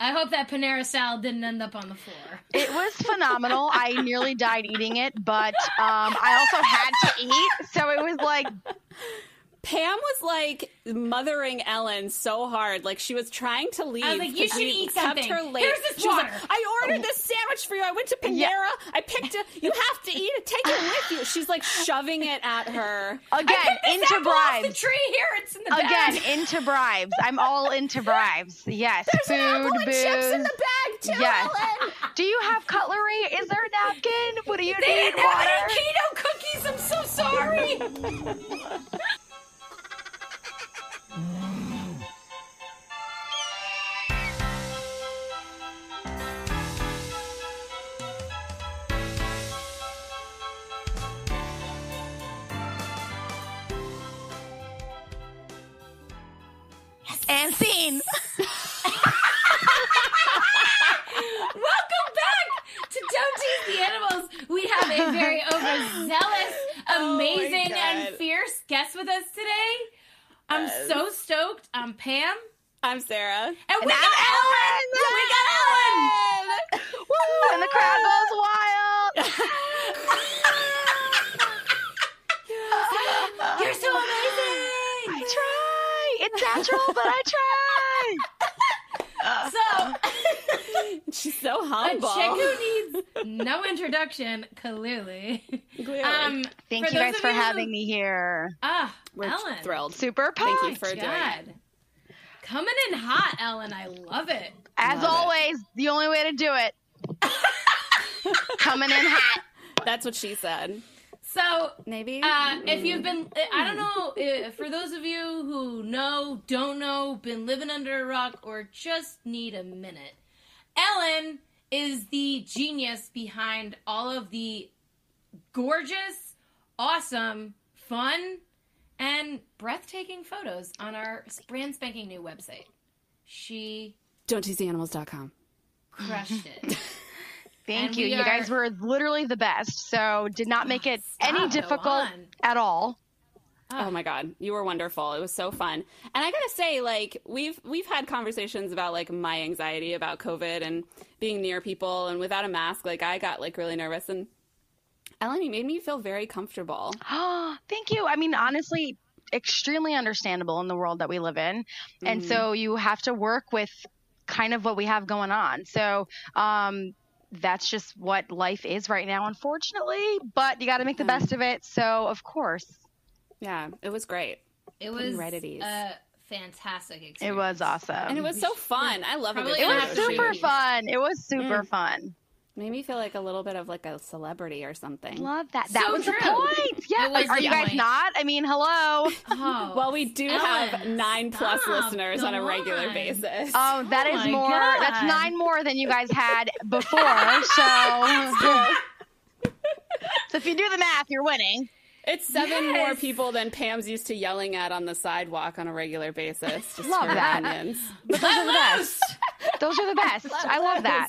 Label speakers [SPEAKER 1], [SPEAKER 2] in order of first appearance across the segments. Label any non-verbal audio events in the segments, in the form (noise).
[SPEAKER 1] I hope that Panera salad didn't end up on the floor.
[SPEAKER 2] It was phenomenal. I nearly died eating it, but um, I also had to eat, so it was like
[SPEAKER 3] Pam was like mothering Ellen so hard, like she was trying to leave.
[SPEAKER 1] like, you
[SPEAKER 3] 'cause
[SPEAKER 1] should
[SPEAKER 3] we
[SPEAKER 1] eat
[SPEAKER 3] kept
[SPEAKER 1] something.
[SPEAKER 3] Her late.
[SPEAKER 1] Here's this
[SPEAKER 3] she was
[SPEAKER 1] water.
[SPEAKER 3] like, I ordered this sandwich for you. I went to Panera.
[SPEAKER 2] Yeah.
[SPEAKER 3] I picked it. You have to eat it. Take it with you. She's like shoving it at her.
[SPEAKER 2] again into
[SPEAKER 1] apple off the
[SPEAKER 2] bribes.
[SPEAKER 1] tree here. It's in the
[SPEAKER 2] Again
[SPEAKER 1] bag.
[SPEAKER 2] into bribes. I'm all into bribes. Yes,
[SPEAKER 3] There's an apple
[SPEAKER 2] food,
[SPEAKER 3] and
[SPEAKER 2] booze.
[SPEAKER 3] chips in the bag too,
[SPEAKER 2] Yes.
[SPEAKER 3] Ellen.
[SPEAKER 2] Do you have cutlery? Is there a napkin? What do you
[SPEAKER 1] They
[SPEAKER 2] need?
[SPEAKER 1] didn't have any
[SPEAKER 2] Water.
[SPEAKER 1] keto cookies. I'm so sorry.
[SPEAKER 2] And scene.
[SPEAKER 1] (laughs) Welcome back to Don't Tease the Animals. We have a very (laughs) overzealous, Oh amazing, and
[SPEAKER 3] God.
[SPEAKER 1] fierce guest with us today. I'm so stoked. I'm Pam.
[SPEAKER 3] (laughs) I'm Sarah.
[SPEAKER 1] And we
[SPEAKER 2] And
[SPEAKER 1] got
[SPEAKER 2] I'm
[SPEAKER 1] Ellen!
[SPEAKER 2] Ellen!
[SPEAKER 1] We got Ellen!
[SPEAKER 2] Woo! And the crowd goes wild.
[SPEAKER 1] (laughs) You're so amazing!
[SPEAKER 2] I try. It's natural, but I
[SPEAKER 1] (laughs)
[SPEAKER 2] try. (laughs)
[SPEAKER 1] So,
[SPEAKER 3] She's so
[SPEAKER 1] a
[SPEAKER 3] humble.
[SPEAKER 1] chick who needs no introduction, clearly.
[SPEAKER 3] Clearly.
[SPEAKER 1] Um,
[SPEAKER 2] Thank
[SPEAKER 1] for those
[SPEAKER 2] you guys
[SPEAKER 1] of
[SPEAKER 2] for
[SPEAKER 1] you who-
[SPEAKER 2] having me here.
[SPEAKER 1] Ah,
[SPEAKER 3] We're
[SPEAKER 1] Ellen.
[SPEAKER 3] thrilled.
[SPEAKER 2] Super pumped.
[SPEAKER 3] Thank you for doing it.
[SPEAKER 1] God. Coming in hot, Ellen. I love it.
[SPEAKER 2] As
[SPEAKER 3] Love it.
[SPEAKER 2] always, the only way to do
[SPEAKER 1] (laughs)
[SPEAKER 2] it. Coming in hot.
[SPEAKER 3] That's what she said.
[SPEAKER 1] So,
[SPEAKER 3] Maybe.
[SPEAKER 1] Uh, if you've been, I don't know, uh, for those of you who know, don't know, been living under a rock, or just need a minute, Ellen is the genius behind all of the gorgeous, awesome, fun, and breathtaking photos on our brand spanking new website. She
[SPEAKER 3] Don't tease the animals.com.
[SPEAKER 1] crushed
[SPEAKER 3] (laughs)
[SPEAKER 1] it.
[SPEAKER 2] Thank
[SPEAKER 1] And
[SPEAKER 2] you.
[SPEAKER 1] we
[SPEAKER 2] You guys
[SPEAKER 1] are-
[SPEAKER 2] were literally the best. So did not make it any
[SPEAKER 1] Stop, go
[SPEAKER 2] difficult
[SPEAKER 1] on.
[SPEAKER 2] at all. (gasps)
[SPEAKER 3] Oh my god, you were wonderful. It was so fun. And I got to say like we've we've had conversations about like my anxiety about COVID and being near people and without a mask like I got like really nervous and Ellen, you made me feel very comfortable.
[SPEAKER 2] Oh, thank you. I mean, honestly, extremely understandable in the world that we live in. And
[SPEAKER 1] Mm-hmm.
[SPEAKER 2] so you have to work with kind of what we have going on. So, um, that's just what life is right now, unfortunately, but you got to make
[SPEAKER 1] Mm-hmm.
[SPEAKER 2] the best of it. So, of course,
[SPEAKER 3] Yeah, it was great.
[SPEAKER 1] It was
[SPEAKER 3] right at ease.
[SPEAKER 1] a fantastic experience.
[SPEAKER 2] it was awesome.
[SPEAKER 3] And
[SPEAKER 1] Um,
[SPEAKER 3] it was so fun. I love
[SPEAKER 1] Probably
[SPEAKER 3] a
[SPEAKER 2] It
[SPEAKER 3] good
[SPEAKER 1] gonna
[SPEAKER 2] was
[SPEAKER 1] have
[SPEAKER 3] photo
[SPEAKER 1] to
[SPEAKER 2] super
[SPEAKER 3] shoot.
[SPEAKER 1] shoot.
[SPEAKER 2] fun. It was
[SPEAKER 1] Mm.
[SPEAKER 2] super fun.
[SPEAKER 3] Made me feel like a little bit of like a celebrity or something.
[SPEAKER 2] Love that. That
[SPEAKER 1] So
[SPEAKER 2] was the
[SPEAKER 1] true.
[SPEAKER 2] point. Yeah.
[SPEAKER 1] It was
[SPEAKER 2] Like, are
[SPEAKER 1] the
[SPEAKER 2] you guys
[SPEAKER 1] point.
[SPEAKER 2] not? I mean,
[SPEAKER 1] (laughs)
[SPEAKER 2] hello.
[SPEAKER 1] Oh.
[SPEAKER 3] Well, we do have
[SPEAKER 1] Ellen,
[SPEAKER 3] 9 plus
[SPEAKER 1] stop.
[SPEAKER 3] listeners on a
[SPEAKER 1] Come
[SPEAKER 3] regular
[SPEAKER 1] on. (laughs)
[SPEAKER 3] basis.
[SPEAKER 2] Oh, that is
[SPEAKER 1] my
[SPEAKER 2] more. That's
[SPEAKER 1] God.
[SPEAKER 2] nine more than you guys had before.
[SPEAKER 1] (laughs)
[SPEAKER 2] So, so if you do the math, you're winning.
[SPEAKER 3] It's seven more
[SPEAKER 1] Yes.
[SPEAKER 3] people than Pam's used to yelling at on the sidewalk on a regular basis. Just
[SPEAKER 2] Love
[SPEAKER 3] her
[SPEAKER 2] that.
[SPEAKER 3] opinions.
[SPEAKER 2] But
[SPEAKER 3] (laughs)
[SPEAKER 2] those are the best. Those are the best. I love that.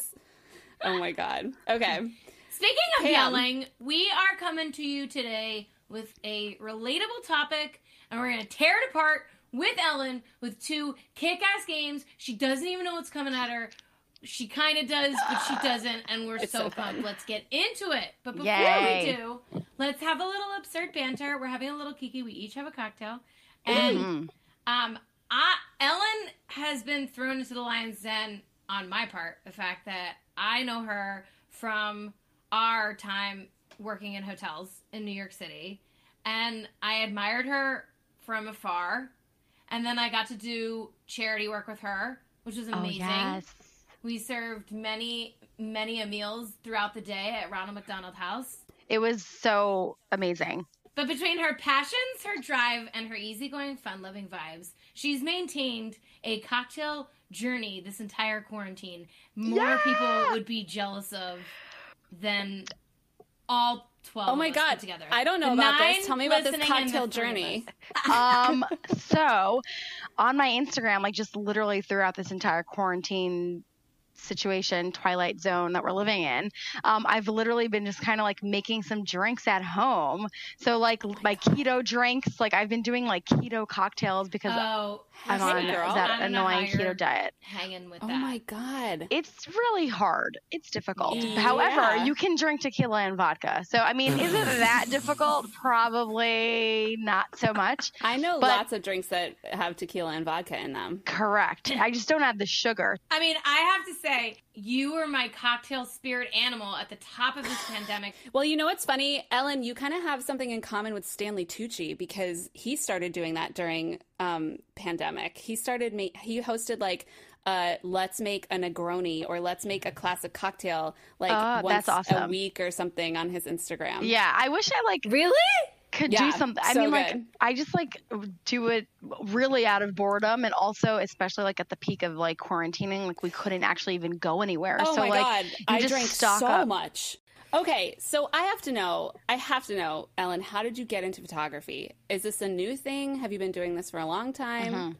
[SPEAKER 3] Oh my god. Okay.
[SPEAKER 1] Speaking of
[SPEAKER 3] Pam.
[SPEAKER 1] yelling, we are coming to you today with a relatable topic, and we're going to tear it apart with Ellen with two kick ass games. She doesn't even know what's coming at her. She kind of does, but
[SPEAKER 3] (sighs)
[SPEAKER 1] she doesn't, and we're so,
[SPEAKER 3] so
[SPEAKER 1] pumped. Let's get into it. But before
[SPEAKER 2] Yay.
[SPEAKER 1] we do, let's have a little absurd banter. We're having a little kiki. We each have a cocktail. And
[SPEAKER 2] Mm-hmm.
[SPEAKER 1] um, I, Ellen has been thrown into the lion's den on my part. The fact that I know her from our time working in hotels in New York City, and I admired her from afar. And then I got to do charity work with her, which
[SPEAKER 2] Oh,
[SPEAKER 1] was amazing. We served many, many a meals throughout the day at Ronald McDonald House.
[SPEAKER 2] It was so amazing.
[SPEAKER 1] But between her passions, her drive, and her easygoing, fun loving vibes, she's maintained a cocktail journey this entire quarantine. More people would be jealous of than all 12
[SPEAKER 3] Oh my
[SPEAKER 1] of us put
[SPEAKER 3] god.
[SPEAKER 1] together.
[SPEAKER 3] I don't know
[SPEAKER 1] The
[SPEAKER 3] about
[SPEAKER 1] nine
[SPEAKER 3] this. Tell me about this
[SPEAKER 1] listening and the
[SPEAKER 3] cocktail
[SPEAKER 1] three of
[SPEAKER 3] journey.
[SPEAKER 1] us.
[SPEAKER 2] Um, so on my Instagram, like just literally throughout this entire quarantine situation twilight zone that we're living in um, i've literally been just kind of like making some drinks at home so
[SPEAKER 4] Oh
[SPEAKER 2] like my keto drinks like i've been doing like keto cocktails because
[SPEAKER 4] Oh,
[SPEAKER 2] i'm
[SPEAKER 3] hey,
[SPEAKER 2] on
[SPEAKER 3] girl.
[SPEAKER 2] that
[SPEAKER 4] I don't know how
[SPEAKER 2] annoying
[SPEAKER 4] you're-
[SPEAKER 2] keto diet
[SPEAKER 4] hanging with
[SPEAKER 3] Oh
[SPEAKER 4] that.
[SPEAKER 3] my god.
[SPEAKER 2] it's really hard it's difficult
[SPEAKER 3] Yeah.
[SPEAKER 2] however you can drink tequila and vodka so i mean is it that difficult probably not so much
[SPEAKER 3] I know
[SPEAKER 2] But-
[SPEAKER 3] lots of drinks that have tequila and vodka in them.
[SPEAKER 2] correct i just don't have the sugar
[SPEAKER 4] I mean, I have to say, you were my cocktail spirit animal at the top of this pandemic.
[SPEAKER 3] Well, you know what's funny, Ellen? You kind of have something in common with Stanley Tucci because he started doing that during um, pandemic. He started ma- he hosted like uh, let's make a Negroni or let's make a classic cocktail like
[SPEAKER 2] Oh,
[SPEAKER 3] once
[SPEAKER 2] that's awesome.
[SPEAKER 3] a week or something on his Instagram.
[SPEAKER 2] yeah i wish i like
[SPEAKER 4] Really?
[SPEAKER 2] could do
[SPEAKER 3] Yeah,
[SPEAKER 2] something. I
[SPEAKER 3] so
[SPEAKER 2] mean, like
[SPEAKER 3] good.
[SPEAKER 2] I just like do it really out of boredom, and also especially like at the peak of like quarantining, like we couldn't actually even go anywhere.
[SPEAKER 3] Oh
[SPEAKER 2] so
[SPEAKER 3] my
[SPEAKER 2] like
[SPEAKER 3] god,
[SPEAKER 2] you
[SPEAKER 3] I
[SPEAKER 2] just
[SPEAKER 3] drank
[SPEAKER 2] stock
[SPEAKER 3] so
[SPEAKER 2] up.
[SPEAKER 3] much. Okay, so I have to know. I have to know, Ellen. How did you get into photography? Is this a new thing? Have you been doing this for a long
[SPEAKER 2] Uh-huh.
[SPEAKER 3] time?
[SPEAKER 2] mm-hmm.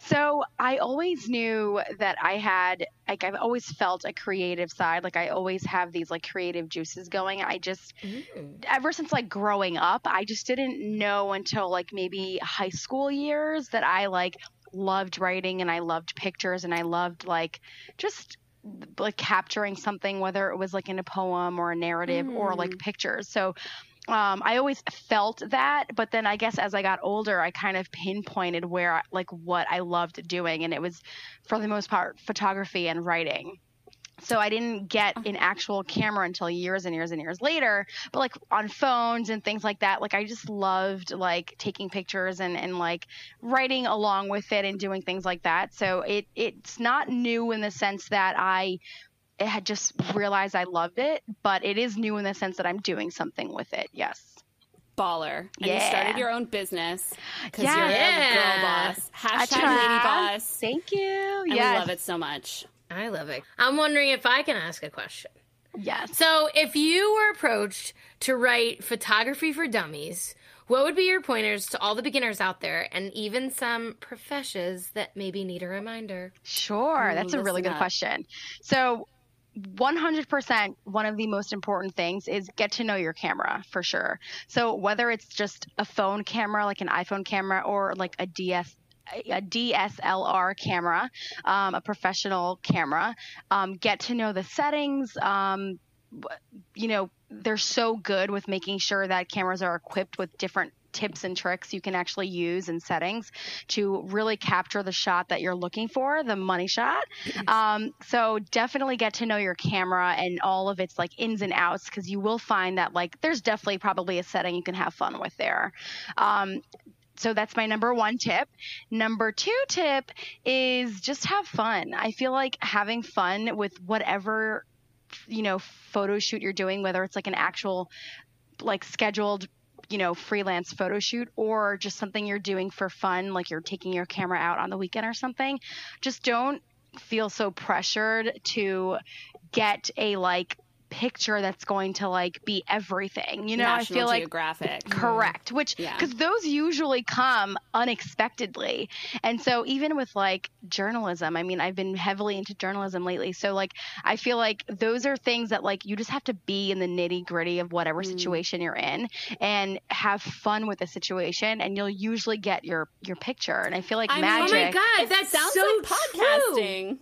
[SPEAKER 2] So I always knew that I had like I've always felt a creative side. Like I always have these like creative juices going. I just
[SPEAKER 1] Mm,
[SPEAKER 2] ever since like growing up, I just didn't know until like maybe high school years that I like loved writing and I loved pictures and I loved like just like capturing something whether it was like in a poem or a narrative or like pictures. So um, I always felt that, but then I guess as I got older, I kind of pinpointed where, I- like, what I loved doing, and it was, for the most part, photography and writing. So I didn't get an actual camera until years and years and years later, but like on phones and things like that. Like I just loved like taking pictures and and like writing along with it and doing things like that. So it it's not new in the sense that I it had just realized I loved it, but it is new in the sense that I'm doing something with it. Yes.
[SPEAKER 3] Baller. And you
[SPEAKER 2] Yeah.
[SPEAKER 3] started your own business because
[SPEAKER 2] Yeah.
[SPEAKER 3] you're
[SPEAKER 1] Yeah.
[SPEAKER 3] a girl boss.
[SPEAKER 2] I
[SPEAKER 3] Hashtag
[SPEAKER 2] try.
[SPEAKER 3] lady boss.
[SPEAKER 2] Thank you.
[SPEAKER 3] And
[SPEAKER 2] yes.
[SPEAKER 3] we love it so much.
[SPEAKER 1] I love it. I'm wondering if I can ask a question.
[SPEAKER 2] Yes.
[SPEAKER 1] So, if you were approached to write photography for dummies, what would be your pointers to all the beginners out there and even some professions that maybe need a reminder?
[SPEAKER 2] Sure. That's a
[SPEAKER 3] listen
[SPEAKER 2] really good
[SPEAKER 3] up.
[SPEAKER 2] question. So, 100% one of the most important things is get to know your camera for sure. So, whether it's just a phone camera, like an iPhone camera, or like a DS. A DSLR camera, um, a professional camera. Um, get to know the settings. Um, you know they're so good with making sure that cameras are equipped with different tips and tricks you can actually use and settings to really capture the shot that you're looking for the money shot um, so definitely get to know your camera and all of its like ins and outs because you will find that like there's definitely probably a setting you can have fun with there um, so that's my number one tip. Number two tip is just have fun. I feel like having fun with whatever you know photo shoot you're doing whether it's like an actual like scheduled you know freelance photo shoot or just something you're doing for fun like you're taking your camera out on the weekend or something just don't feel so pressured to get a like picture that's going to like be everything you know
[SPEAKER 3] National
[SPEAKER 2] i feel like
[SPEAKER 3] Geographic.
[SPEAKER 2] correct which
[SPEAKER 3] Mm-hmm. Yeah.
[SPEAKER 2] because those usually come unexpectedly and so even with like journalism i mean i've been heavily into journalism lately so like i feel like those are things that like you just have to be in the nitty gritty of
[SPEAKER 3] Mm.
[SPEAKER 2] whatever situation you're in and have fun with the situation and you'll usually get your your picture and i feel like
[SPEAKER 3] I mean, oh my
[SPEAKER 2] magic
[SPEAKER 1] Oh my god,
[SPEAKER 3] It
[SPEAKER 1] that's
[SPEAKER 3] sounds
[SPEAKER 1] so
[SPEAKER 3] like
[SPEAKER 1] true.
[SPEAKER 3] podcasting.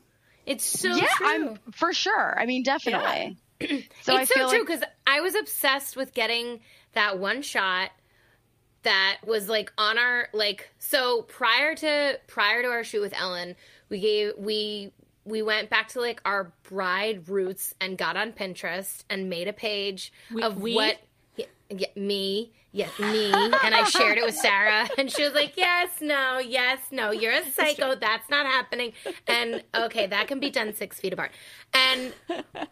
[SPEAKER 1] It's so
[SPEAKER 2] yeah
[SPEAKER 1] true.
[SPEAKER 2] i'm for sure i mean definitely so
[SPEAKER 1] it's
[SPEAKER 2] i
[SPEAKER 1] so
[SPEAKER 2] feel
[SPEAKER 1] true
[SPEAKER 2] like
[SPEAKER 1] because I was obsessed with getting that one shot that was like on our like so prior to prior to our shoot with Ellen, we gave we we went back to like our bride roots and got on Pinterest and made a page of
[SPEAKER 3] we?
[SPEAKER 1] what yeah, yeah, me yeah me and I shared it with Sarah (laughs) and she was like yes no yes no you're a psycho that's not happening and okay that can be done six feet apart and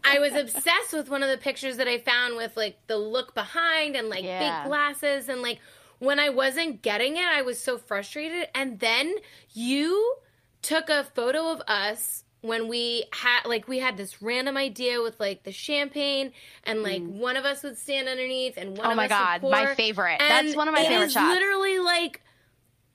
[SPEAKER 1] I was obsessed with one of the pictures that I found with like the look behind and like
[SPEAKER 2] Yeah.
[SPEAKER 1] big glasses and like when I wasn't getting it, I was so frustrated. And then you took a photo of us when we had like we had this random idea with like the champagne and like one of us would stand underneath and one
[SPEAKER 2] Mm. Oh
[SPEAKER 1] of
[SPEAKER 2] my
[SPEAKER 1] us
[SPEAKER 2] God,
[SPEAKER 1] would
[SPEAKER 2] my
[SPEAKER 1] pour.
[SPEAKER 2] favorite.
[SPEAKER 1] And
[SPEAKER 2] That's one of my
[SPEAKER 1] it
[SPEAKER 2] favorite
[SPEAKER 1] is
[SPEAKER 2] shots.
[SPEAKER 1] Literally like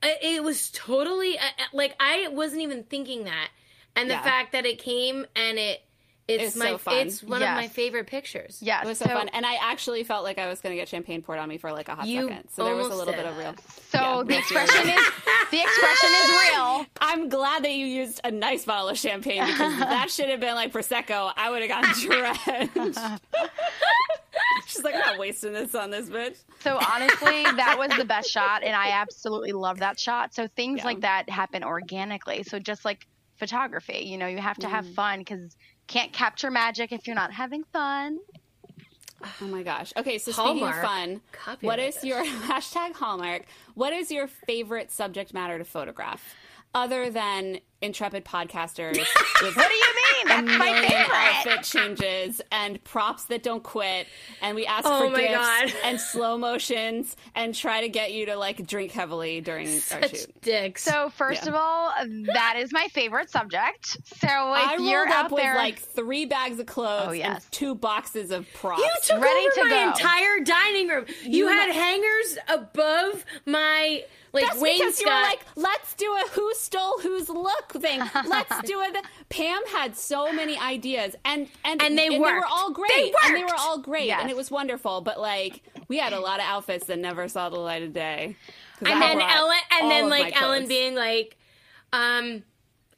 [SPEAKER 1] I- it was totally I- I- like I wasn't even thinking that. and the
[SPEAKER 3] Yeah.
[SPEAKER 1] fact that it came and it it's
[SPEAKER 3] was
[SPEAKER 1] my
[SPEAKER 3] so fun.
[SPEAKER 1] it's one of
[SPEAKER 2] Yes.
[SPEAKER 1] my favorite pictures.
[SPEAKER 2] Yes.
[SPEAKER 3] It was so, fun, and I actually felt like I was going to get champagne poured on me for like a hot
[SPEAKER 1] You
[SPEAKER 3] second. So there was a
[SPEAKER 1] almost
[SPEAKER 3] little bit
[SPEAKER 1] did.
[SPEAKER 3] of real.
[SPEAKER 2] So
[SPEAKER 3] Yeah,
[SPEAKER 2] the
[SPEAKER 3] real fear.
[SPEAKER 2] expression is the expression is
[SPEAKER 3] (laughs)
[SPEAKER 2] real.
[SPEAKER 3] I'm glad that you used a nice bottle of champagne because that should have been like prosecco. I would have gotten drenched. (laughs) She's like, I'm not wasting this on this bitch.
[SPEAKER 2] So honestly, that was the best shot, and I absolutely love that shot. So things
[SPEAKER 3] Yeah.
[SPEAKER 2] like that happen organically. So just like photography, you know, you have to have fun because can't capture magic if you're not having fun.
[SPEAKER 3] Oh my gosh. Okay, so speaking of
[SPEAKER 1] Hallmark.
[SPEAKER 3] fun,
[SPEAKER 1] Copyrighted.
[SPEAKER 3] what is your (laughs) hashtag Hallmark? What is your favorite subject matter to photograph, other than intrepid podcasters
[SPEAKER 2] (laughs)
[SPEAKER 3] with
[SPEAKER 2] What do you mean? That's my
[SPEAKER 3] million
[SPEAKER 2] favorite.
[SPEAKER 3] outfit changes and props that don't quit and we ask
[SPEAKER 1] Oh
[SPEAKER 3] for
[SPEAKER 1] my
[SPEAKER 3] gifts
[SPEAKER 1] God.
[SPEAKER 3] (laughs) and slow motions and try to get you to like drink heavily during our
[SPEAKER 1] Such
[SPEAKER 3] shoot.
[SPEAKER 1] dicks.
[SPEAKER 2] So first
[SPEAKER 3] Yeah.
[SPEAKER 2] of all, that is my favorite subject. So if
[SPEAKER 3] I rolled
[SPEAKER 2] you're
[SPEAKER 3] up
[SPEAKER 2] out there,
[SPEAKER 3] with like three bags of clothes
[SPEAKER 2] Oh, yes.
[SPEAKER 3] and two boxes of props.
[SPEAKER 1] you took
[SPEAKER 2] ready
[SPEAKER 1] over
[SPEAKER 2] to
[SPEAKER 1] my
[SPEAKER 2] go.
[SPEAKER 1] entire dining room. You, had hangers above my like
[SPEAKER 3] That's because
[SPEAKER 1] wainscot.
[SPEAKER 3] you were like, let's do a who stole whose look thing. Let's
[SPEAKER 1] (laughs)
[SPEAKER 3] do it. Pam had so many ideas, and and
[SPEAKER 1] And they
[SPEAKER 3] were
[SPEAKER 1] worked.
[SPEAKER 3] all great.
[SPEAKER 1] They
[SPEAKER 3] And they were
[SPEAKER 1] worked.
[SPEAKER 3] all great, and
[SPEAKER 2] Yes.
[SPEAKER 3] it was wonderful. But like, we had a lot of outfits that never saw the light of day. 'Cause
[SPEAKER 1] and
[SPEAKER 3] I
[SPEAKER 1] then
[SPEAKER 3] brought
[SPEAKER 1] Ellen,
[SPEAKER 3] all
[SPEAKER 1] and then
[SPEAKER 3] of my
[SPEAKER 1] like Ellen
[SPEAKER 3] clothes. (laughs)
[SPEAKER 1] being like, um,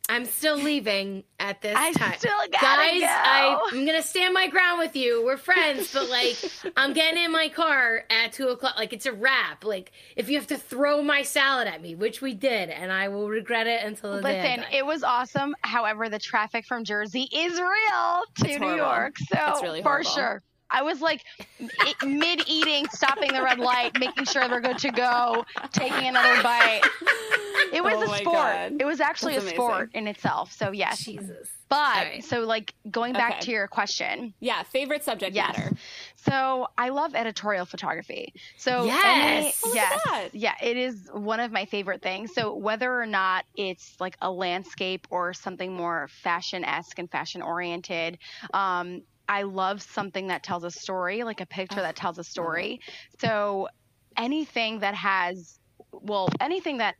[SPEAKER 1] I'm still leaving at this
[SPEAKER 2] I
[SPEAKER 1] time.
[SPEAKER 2] still gotta
[SPEAKER 1] Guys,
[SPEAKER 2] go.
[SPEAKER 1] I, I'm gonna stand my ground with you. We're friends, but
[SPEAKER 2] (laughs)
[SPEAKER 1] like, I'm getting in my car at two o'clock. Like, it's a wrap. Like, if you have to throw my salad at me, which we did, and I will regret it until the day. I
[SPEAKER 2] Listen,
[SPEAKER 1] die.
[SPEAKER 2] it was awesome. However, the traffic from Jersey is real to New
[SPEAKER 3] horrible.
[SPEAKER 2] York. So
[SPEAKER 3] It's really
[SPEAKER 2] for
[SPEAKER 3] horrible.
[SPEAKER 2] sure. I was like mid eating, stopping the red light, making sure we're good to go, taking another bite. It was
[SPEAKER 3] (laughs) Oh
[SPEAKER 2] a
[SPEAKER 3] my
[SPEAKER 2] sport.
[SPEAKER 3] God.
[SPEAKER 2] It was actually
[SPEAKER 3] That's
[SPEAKER 2] a
[SPEAKER 3] amazing.
[SPEAKER 2] sport in itself. So yes.
[SPEAKER 1] Jesus.
[SPEAKER 2] But
[SPEAKER 1] Alright.
[SPEAKER 2] so like going back
[SPEAKER 3] Okay.
[SPEAKER 2] to your question.
[SPEAKER 3] yeah, favorite subject
[SPEAKER 2] Yes.
[SPEAKER 3] matter.
[SPEAKER 2] So I love editorial photography. So
[SPEAKER 1] Yes.
[SPEAKER 2] any-
[SPEAKER 3] Look at
[SPEAKER 2] yes,
[SPEAKER 3] that.
[SPEAKER 2] yeah, it is one of my favorite things. So whether or not it's like a landscape or something more fashion esque and fashion oriented, um, I love something that tells a story, like a picture that tells a story. So anything that has, well, anything that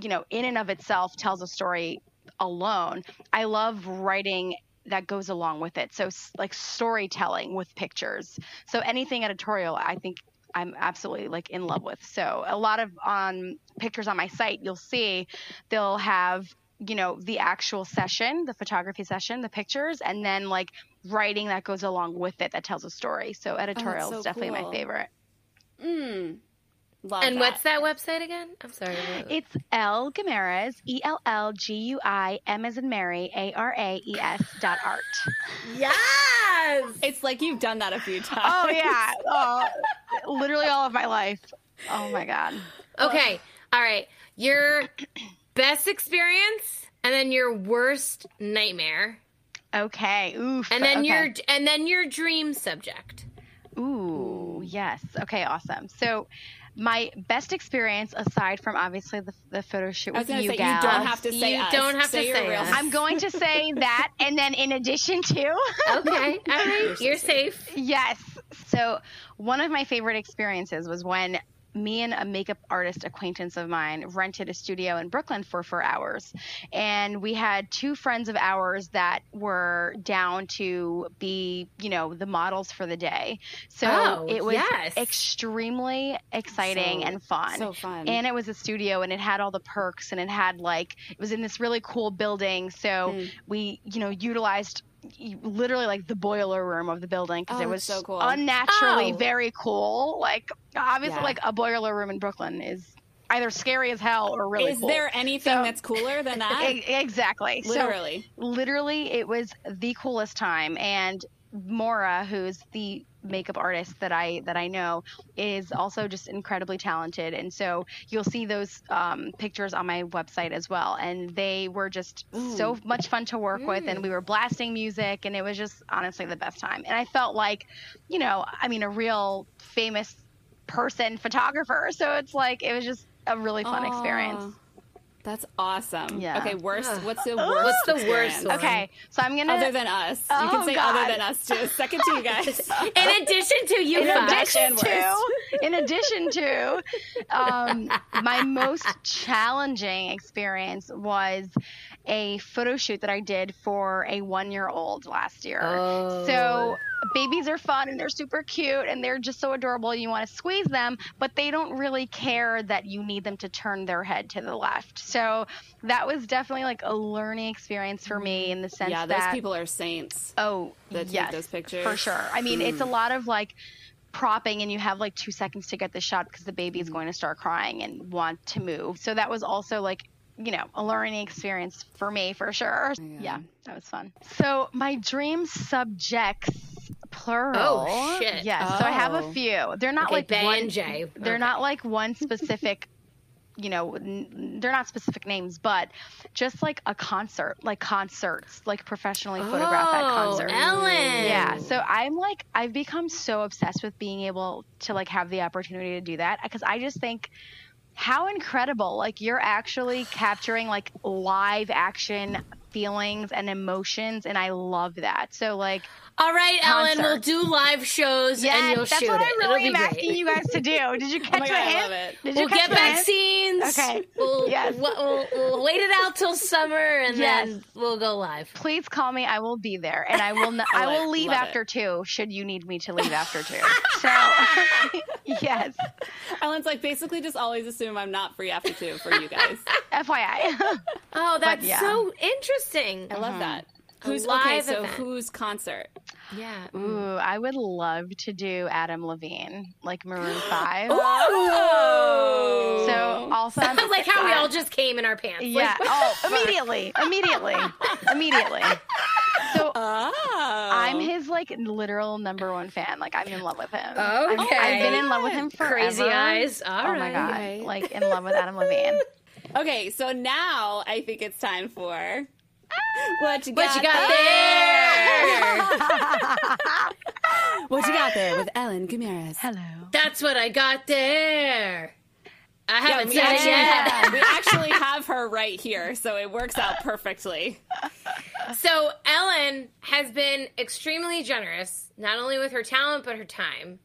[SPEAKER 2] you know, in and of itself tells a story alone. I love writing that goes along with it. So, s- like storytelling with pictures. So, anything editorial, I think I'm absolutely like in love with. So, a lot of on pictures on my site, you'll see they'll have, you know, the actual session, the photography session, the pictures, and then like writing that goes along with it that tells a story. So, editorial
[SPEAKER 3] Oh, so
[SPEAKER 2] is definitely
[SPEAKER 3] cool.
[SPEAKER 2] my favorite.
[SPEAKER 3] Mm, love
[SPEAKER 1] And
[SPEAKER 3] that.
[SPEAKER 1] what's that website again? I'm sorry.
[SPEAKER 2] Oh, It's L Gameras, E L L G U I M as in Mary, A R A E S dot art.
[SPEAKER 1] yes.
[SPEAKER 3] It's like you've done that a few times. (laughs)
[SPEAKER 2] Oh, yeah. Oh, literally all of my life. Oh, my God.
[SPEAKER 1] Okay. All right. Your (clears throat) best experience and then your worst nightmare.
[SPEAKER 2] Okay. Oof.
[SPEAKER 1] And then
[SPEAKER 2] okay.
[SPEAKER 1] your and then your dream subject.
[SPEAKER 3] Hmm.
[SPEAKER 2] Ooh, yes. Okay, awesome. So, my best experience, aside from obviously the, the photo shoot
[SPEAKER 3] I was
[SPEAKER 2] with
[SPEAKER 3] gonna
[SPEAKER 2] you
[SPEAKER 3] say
[SPEAKER 2] gals,
[SPEAKER 3] you don't have to say
[SPEAKER 1] You
[SPEAKER 3] us.
[SPEAKER 1] don't have
[SPEAKER 3] Say
[SPEAKER 1] to
[SPEAKER 3] your
[SPEAKER 1] say
[SPEAKER 3] real-
[SPEAKER 1] us.
[SPEAKER 2] I'm going to say that. And then, in addition to.
[SPEAKER 1] Okay. (laughs) All right. You're safe.
[SPEAKER 2] Yes. So one of my favorite experiences was when me and a makeup artist acquaintance of mine rented a studio in Brooklyn for four hours. And we had two friends of ours that were down to be, you know, the models for the day. So
[SPEAKER 1] Oh,
[SPEAKER 2] it was
[SPEAKER 1] yes.
[SPEAKER 2] extremely exciting
[SPEAKER 3] So-
[SPEAKER 2] and fun.
[SPEAKER 3] so fun.
[SPEAKER 2] And it was a studio and it had all the perks and it had like, it was in this really cool building. So
[SPEAKER 3] Mm.
[SPEAKER 2] we, you know, utilized y- literally like the boiler room of the building because
[SPEAKER 3] Oh,
[SPEAKER 2] it was
[SPEAKER 3] so cool.
[SPEAKER 2] unnaturally
[SPEAKER 1] Oh.
[SPEAKER 2] very cool. Like obviously,
[SPEAKER 3] Yeah.
[SPEAKER 2] like a boiler room in Brooklyn is either scary as hell or really
[SPEAKER 3] Is
[SPEAKER 2] cool.
[SPEAKER 3] there anything
[SPEAKER 2] So-
[SPEAKER 3] that's cooler than that?
[SPEAKER 2] E- exactly? So
[SPEAKER 3] Literally.
[SPEAKER 2] literally it was the coolest time and Mora who's the makeup artist that I that I know is also just incredibly talented and so you'll see those um, pictures on my website as well and they were just so much fun to work with and we were blasting music and it was just honestly the best time and I felt like you know I mean a real famous person photographer so it's like it was just a really fun experience
[SPEAKER 3] Aw, That's awesome.
[SPEAKER 2] Yeah.
[SPEAKER 3] Okay, worst.
[SPEAKER 1] Ugh.
[SPEAKER 3] What's the worst?
[SPEAKER 1] What's the worst
[SPEAKER 3] experience?
[SPEAKER 1] one?
[SPEAKER 2] okay so I'm gonna
[SPEAKER 3] Other than us, you
[SPEAKER 2] Oh,
[SPEAKER 3] can say
[SPEAKER 2] God.
[SPEAKER 3] other than us too. Second to you guys.
[SPEAKER 1] In addition to you
[SPEAKER 2] in
[SPEAKER 1] fuck.
[SPEAKER 2] addition
[SPEAKER 3] and
[SPEAKER 2] to, (laughs) in addition to, um, my most challenging experience was a photo shoot that I did for a one year old last year.
[SPEAKER 3] Oh.
[SPEAKER 2] So babies are fun and they're super cute and they're just so adorable. and You want to squeeze them, but they don't really care that you need them to turn their head to the left. So that was definitely like a learning experience for me in the sense
[SPEAKER 3] Mm. yeah, those
[SPEAKER 2] that
[SPEAKER 3] people are saints.
[SPEAKER 2] oh
[SPEAKER 3] that take
[SPEAKER 2] yes,
[SPEAKER 3] those pictures. Hmm.
[SPEAKER 2] for sure. I mean, it's a lot of like propping and you have like two seconds to get the shot because the baby is
[SPEAKER 3] Hmm.
[SPEAKER 2] going to start crying and want to move. So that was also like, you know, a learning experience for me for sure.
[SPEAKER 3] Oh,
[SPEAKER 2] Yeah, that was fun. So my dream subjects plural.
[SPEAKER 1] Oh, shit.
[SPEAKER 2] Yes. So I have
[SPEAKER 3] Oh.
[SPEAKER 2] a few. They're not
[SPEAKER 1] Okay,
[SPEAKER 2] like
[SPEAKER 1] Bay
[SPEAKER 2] one
[SPEAKER 1] and Jay.
[SPEAKER 2] they're not like one specific you know n- they're not specific names but just like a concert like concerts like professionally photographed at concerts
[SPEAKER 1] Oh, Ellen.
[SPEAKER 2] yeah so i'm like i've become so obsessed with being able to like have the opportunity to do that because i just think how incredible like you're actually capturing like live action feelings and emotions and i love that so like
[SPEAKER 1] All right, Ellen,
[SPEAKER 2] Concert.
[SPEAKER 1] we'll do live shows
[SPEAKER 2] yes,
[SPEAKER 1] and you'll
[SPEAKER 2] that's
[SPEAKER 1] shoot
[SPEAKER 2] what
[SPEAKER 1] it.
[SPEAKER 2] i'm really
[SPEAKER 1] It'll be
[SPEAKER 2] asking
[SPEAKER 1] great. Oh
[SPEAKER 2] you guys to do
[SPEAKER 1] (laughs)
[SPEAKER 2] did you catch
[SPEAKER 3] my
[SPEAKER 2] my
[SPEAKER 3] God, I
[SPEAKER 2] hint
[SPEAKER 3] love it.
[SPEAKER 2] Did you
[SPEAKER 1] We'll
[SPEAKER 2] catch
[SPEAKER 1] get
[SPEAKER 2] my hint?
[SPEAKER 1] vaccines.
[SPEAKER 2] Okay.
[SPEAKER 1] We'll,
[SPEAKER 2] Yes.
[SPEAKER 1] we'll, we'll, we'll wait it out till summer and
[SPEAKER 2] Yes.
[SPEAKER 1] then we'll go live.
[SPEAKER 2] please call me. I will be there, and
[SPEAKER 1] (laughs)
[SPEAKER 2] I will. N- I
[SPEAKER 3] Love
[SPEAKER 2] will
[SPEAKER 3] it,
[SPEAKER 2] leave
[SPEAKER 3] love
[SPEAKER 2] after two. Should you need me to leave
[SPEAKER 1] (laughs)
[SPEAKER 2] after two? So, (laughs) yes.
[SPEAKER 3] Ellen's like basically just always assume I'm not free after two for you guys.
[SPEAKER 2] FYI,
[SPEAKER 1] Oh, that's
[SPEAKER 2] yeah.
[SPEAKER 1] so interesting.
[SPEAKER 3] I love that.
[SPEAKER 1] A
[SPEAKER 3] Who's okay?
[SPEAKER 1] live
[SPEAKER 3] So
[SPEAKER 1] event.
[SPEAKER 3] whose concert?
[SPEAKER 1] Yeah.
[SPEAKER 2] (laughs) ooh, I would love to do Adam Levine,
[SPEAKER 1] (gasps)
[SPEAKER 2] like Maroon Five.
[SPEAKER 3] Oh,
[SPEAKER 2] so also, I'm-
[SPEAKER 1] like how we all just came in our pants.
[SPEAKER 2] yeah.
[SPEAKER 1] (laughs)
[SPEAKER 2] Oh, immediately, immediately, immediately. So
[SPEAKER 3] oh.
[SPEAKER 2] I'm his like literal number one fan. Like I'm in love with him.
[SPEAKER 1] Like, okay.
[SPEAKER 2] I've been in love with him forever.
[SPEAKER 1] Crazy eyes. All
[SPEAKER 2] oh my
[SPEAKER 1] right.
[SPEAKER 2] god!
[SPEAKER 1] Right.
[SPEAKER 2] Like in love with Adam
[SPEAKER 1] (laughs)
[SPEAKER 2] Levine.
[SPEAKER 3] Okay, so now I think it's time for what you got,
[SPEAKER 1] What you got there?
[SPEAKER 3] What you got there with Ellen Gutierrez?
[SPEAKER 2] Hello.
[SPEAKER 1] That's what I got there. I haven't
[SPEAKER 3] we,
[SPEAKER 1] said it
[SPEAKER 3] actually
[SPEAKER 1] yet. (laughs)
[SPEAKER 3] have, we actually have her right here, so it works out perfectly.
[SPEAKER 1] So Ellen has been extremely generous, not only with her talent but her time,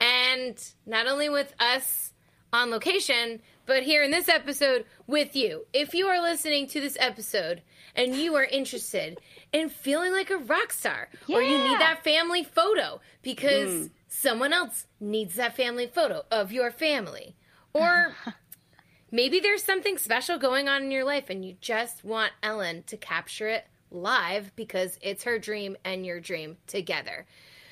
[SPEAKER 1] and not only with us on location, but here in this episode with you. If you are listening to this episode and you are interested in feeling like a rock star, or you
[SPEAKER 2] Yeah.
[SPEAKER 1] need that family photo because someone else needs that family photo of your family, or Maybe there's something special going on in your life and you just want Ellen to capture it live because it's her dream and your dream together.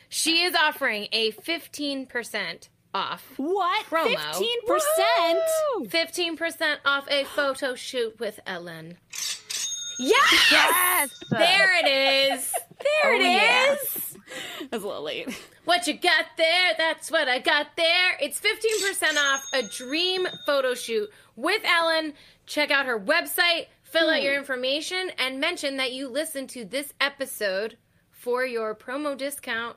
[SPEAKER 1] She is offering a 15% off.
[SPEAKER 3] What?
[SPEAKER 1] Promo.
[SPEAKER 3] Fifteen
[SPEAKER 1] 15%
[SPEAKER 3] percent.
[SPEAKER 1] off a photo shoot with Ellen.
[SPEAKER 2] Yes.
[SPEAKER 1] There it is. There it is.
[SPEAKER 2] yeah.
[SPEAKER 3] That's a little late.
[SPEAKER 1] What you got there, that's what I got there. It's 15% off a dream photo shoot with Ellen. Check out her website, fill out your information, and mention that you listened to this episode for your promo discount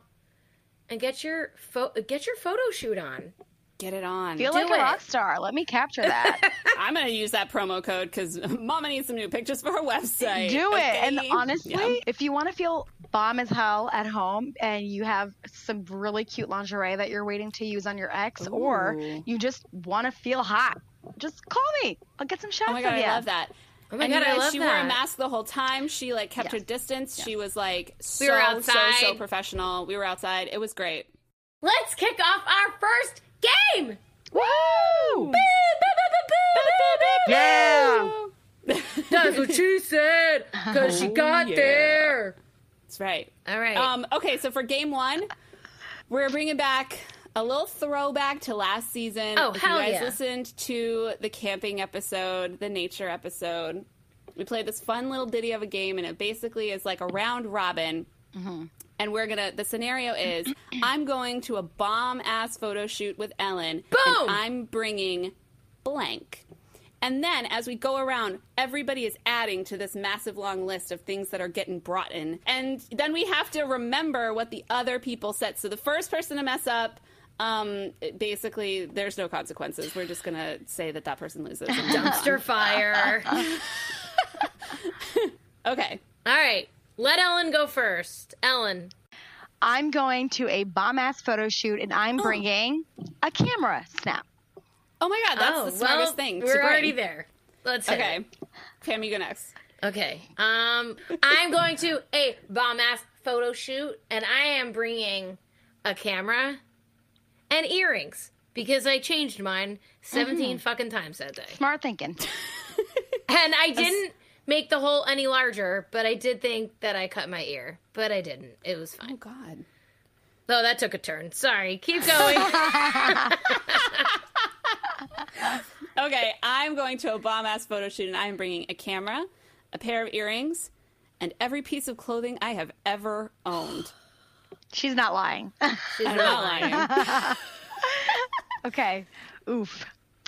[SPEAKER 1] and get your pho- get your photo shoot on.
[SPEAKER 3] Get it on.
[SPEAKER 2] Feel
[SPEAKER 1] Do
[SPEAKER 2] like
[SPEAKER 1] it.
[SPEAKER 2] a rock star. Let me capture
[SPEAKER 3] (laughs)
[SPEAKER 2] that.
[SPEAKER 3] I'm gonna use that promo code because Mama needs some new pictures for her website.
[SPEAKER 2] Do it. And
[SPEAKER 3] okay?
[SPEAKER 2] honestly,
[SPEAKER 3] Yeah.
[SPEAKER 2] if you want to feel bomb as hell at home and you have some really cute lingerie that you're waiting to use on your ex, or
[SPEAKER 3] Ooh.
[SPEAKER 2] you just want to feel hot, just call me. I'll get some shots
[SPEAKER 3] Oh my god,
[SPEAKER 2] of you.
[SPEAKER 3] I love that.
[SPEAKER 1] Oh my
[SPEAKER 3] and
[SPEAKER 1] God,
[SPEAKER 3] you
[SPEAKER 1] I
[SPEAKER 3] guys,
[SPEAKER 1] love
[SPEAKER 3] she
[SPEAKER 1] that.
[SPEAKER 3] wore a mask the whole time. She like kept
[SPEAKER 2] Yes.
[SPEAKER 3] her distance. She was like so
[SPEAKER 1] We were
[SPEAKER 3] so so
[SPEAKER 1] outside.
[SPEAKER 3] professional. We were outside. It was great.
[SPEAKER 1] Let's kick off our first game.
[SPEAKER 2] Woohoo! Yeah.
[SPEAKER 1] That's what she said cuz she got there.
[SPEAKER 3] That's right.
[SPEAKER 1] All right.
[SPEAKER 3] Um, okay, so for game one, we're bringing back a little throwback to last season.
[SPEAKER 1] Oh,
[SPEAKER 3] if
[SPEAKER 1] hell
[SPEAKER 3] you guys
[SPEAKER 1] yeah.
[SPEAKER 3] listened to the camping episode, the nature episode, we played this fun little ditty of a game, and it basically is like a round robin.
[SPEAKER 1] Mm-hmm.
[SPEAKER 3] And we're gonna. The scenario is
[SPEAKER 1] (clears throat)
[SPEAKER 3] I'm going to a bomb ass photo shoot with Ellen.
[SPEAKER 1] Boom!
[SPEAKER 3] And I'm bringing blank. And then as we go around, everybody is adding to this massive long list of things that are getting brought in. And then we have to remember what the other people said. So the first person to mess up, um, it- basically, there's no consequences. We're just going to say that that person
[SPEAKER 1] (laughs)
[SPEAKER 3] loses.
[SPEAKER 1] dumpster fire.
[SPEAKER 3] okay.
[SPEAKER 1] All right. Let Ellen go first. Ellen.
[SPEAKER 2] I'm going to a bomb ass photo shoot and I'm bringing a camera snap.
[SPEAKER 3] Oh my God, that's the smartest
[SPEAKER 1] well,
[SPEAKER 3] thing. to
[SPEAKER 1] We're
[SPEAKER 3] bring.
[SPEAKER 1] already there. Let's hit
[SPEAKER 3] Okay.
[SPEAKER 1] it.
[SPEAKER 3] Pam, you go next.
[SPEAKER 1] Okay. Um, I'm going to a bomb ass photo shoot, and I am bringing a camera and earrings because I changed mine 17
[SPEAKER 3] Mm-hmm.
[SPEAKER 1] fucking times that day,
[SPEAKER 2] Smart
[SPEAKER 3] (laughs)
[SPEAKER 2] thinking.
[SPEAKER 1] and I didn't make the hole any larger, but I did think that I cut my ear, but I didn't. It was fine.
[SPEAKER 3] Oh God.
[SPEAKER 1] Oh, that took a turn. Sorry. Keep
[SPEAKER 3] (laughs)
[SPEAKER 1] going.
[SPEAKER 3] Okay, I'm going to a bomb ass photo shoot, and I'm bringing a camera, a pair of earrings, and every piece of clothing I have ever owned.
[SPEAKER 2] She's not lying. (laughs)
[SPEAKER 1] She's
[SPEAKER 3] I'm
[SPEAKER 1] not
[SPEAKER 3] not
[SPEAKER 1] lying.
[SPEAKER 3] lying.
[SPEAKER 2] okay. Oof.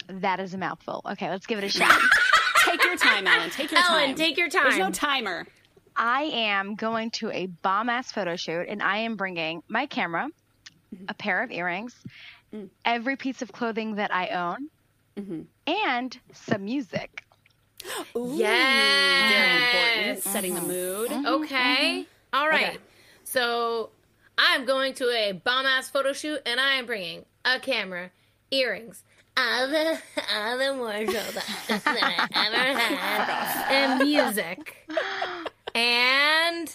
[SPEAKER 2] That is a mouthful. Okay, let's give it a
[SPEAKER 3] (laughs)
[SPEAKER 2] shot.
[SPEAKER 3] (laughs) take your time, Ellen. Take your time.
[SPEAKER 1] Ellen, take your
[SPEAKER 3] There's no
[SPEAKER 1] time.
[SPEAKER 3] timer.
[SPEAKER 2] I am going to a bomb ass photo shoot and I am bringing my camera, a pair of earrings, Mm. every piece of clothing that I own, Mm-hmm. and some music.
[SPEAKER 3] Ooh, Very important.
[SPEAKER 1] Yes. Mm-hmm.
[SPEAKER 3] Setting the mood.
[SPEAKER 1] Okay. All right.
[SPEAKER 3] Mm-hmm. Okay.
[SPEAKER 1] So I'm going to a bomb ass photo shoot and I am bringing a camera, earrings, other other wardrobe that I ever had, and music, and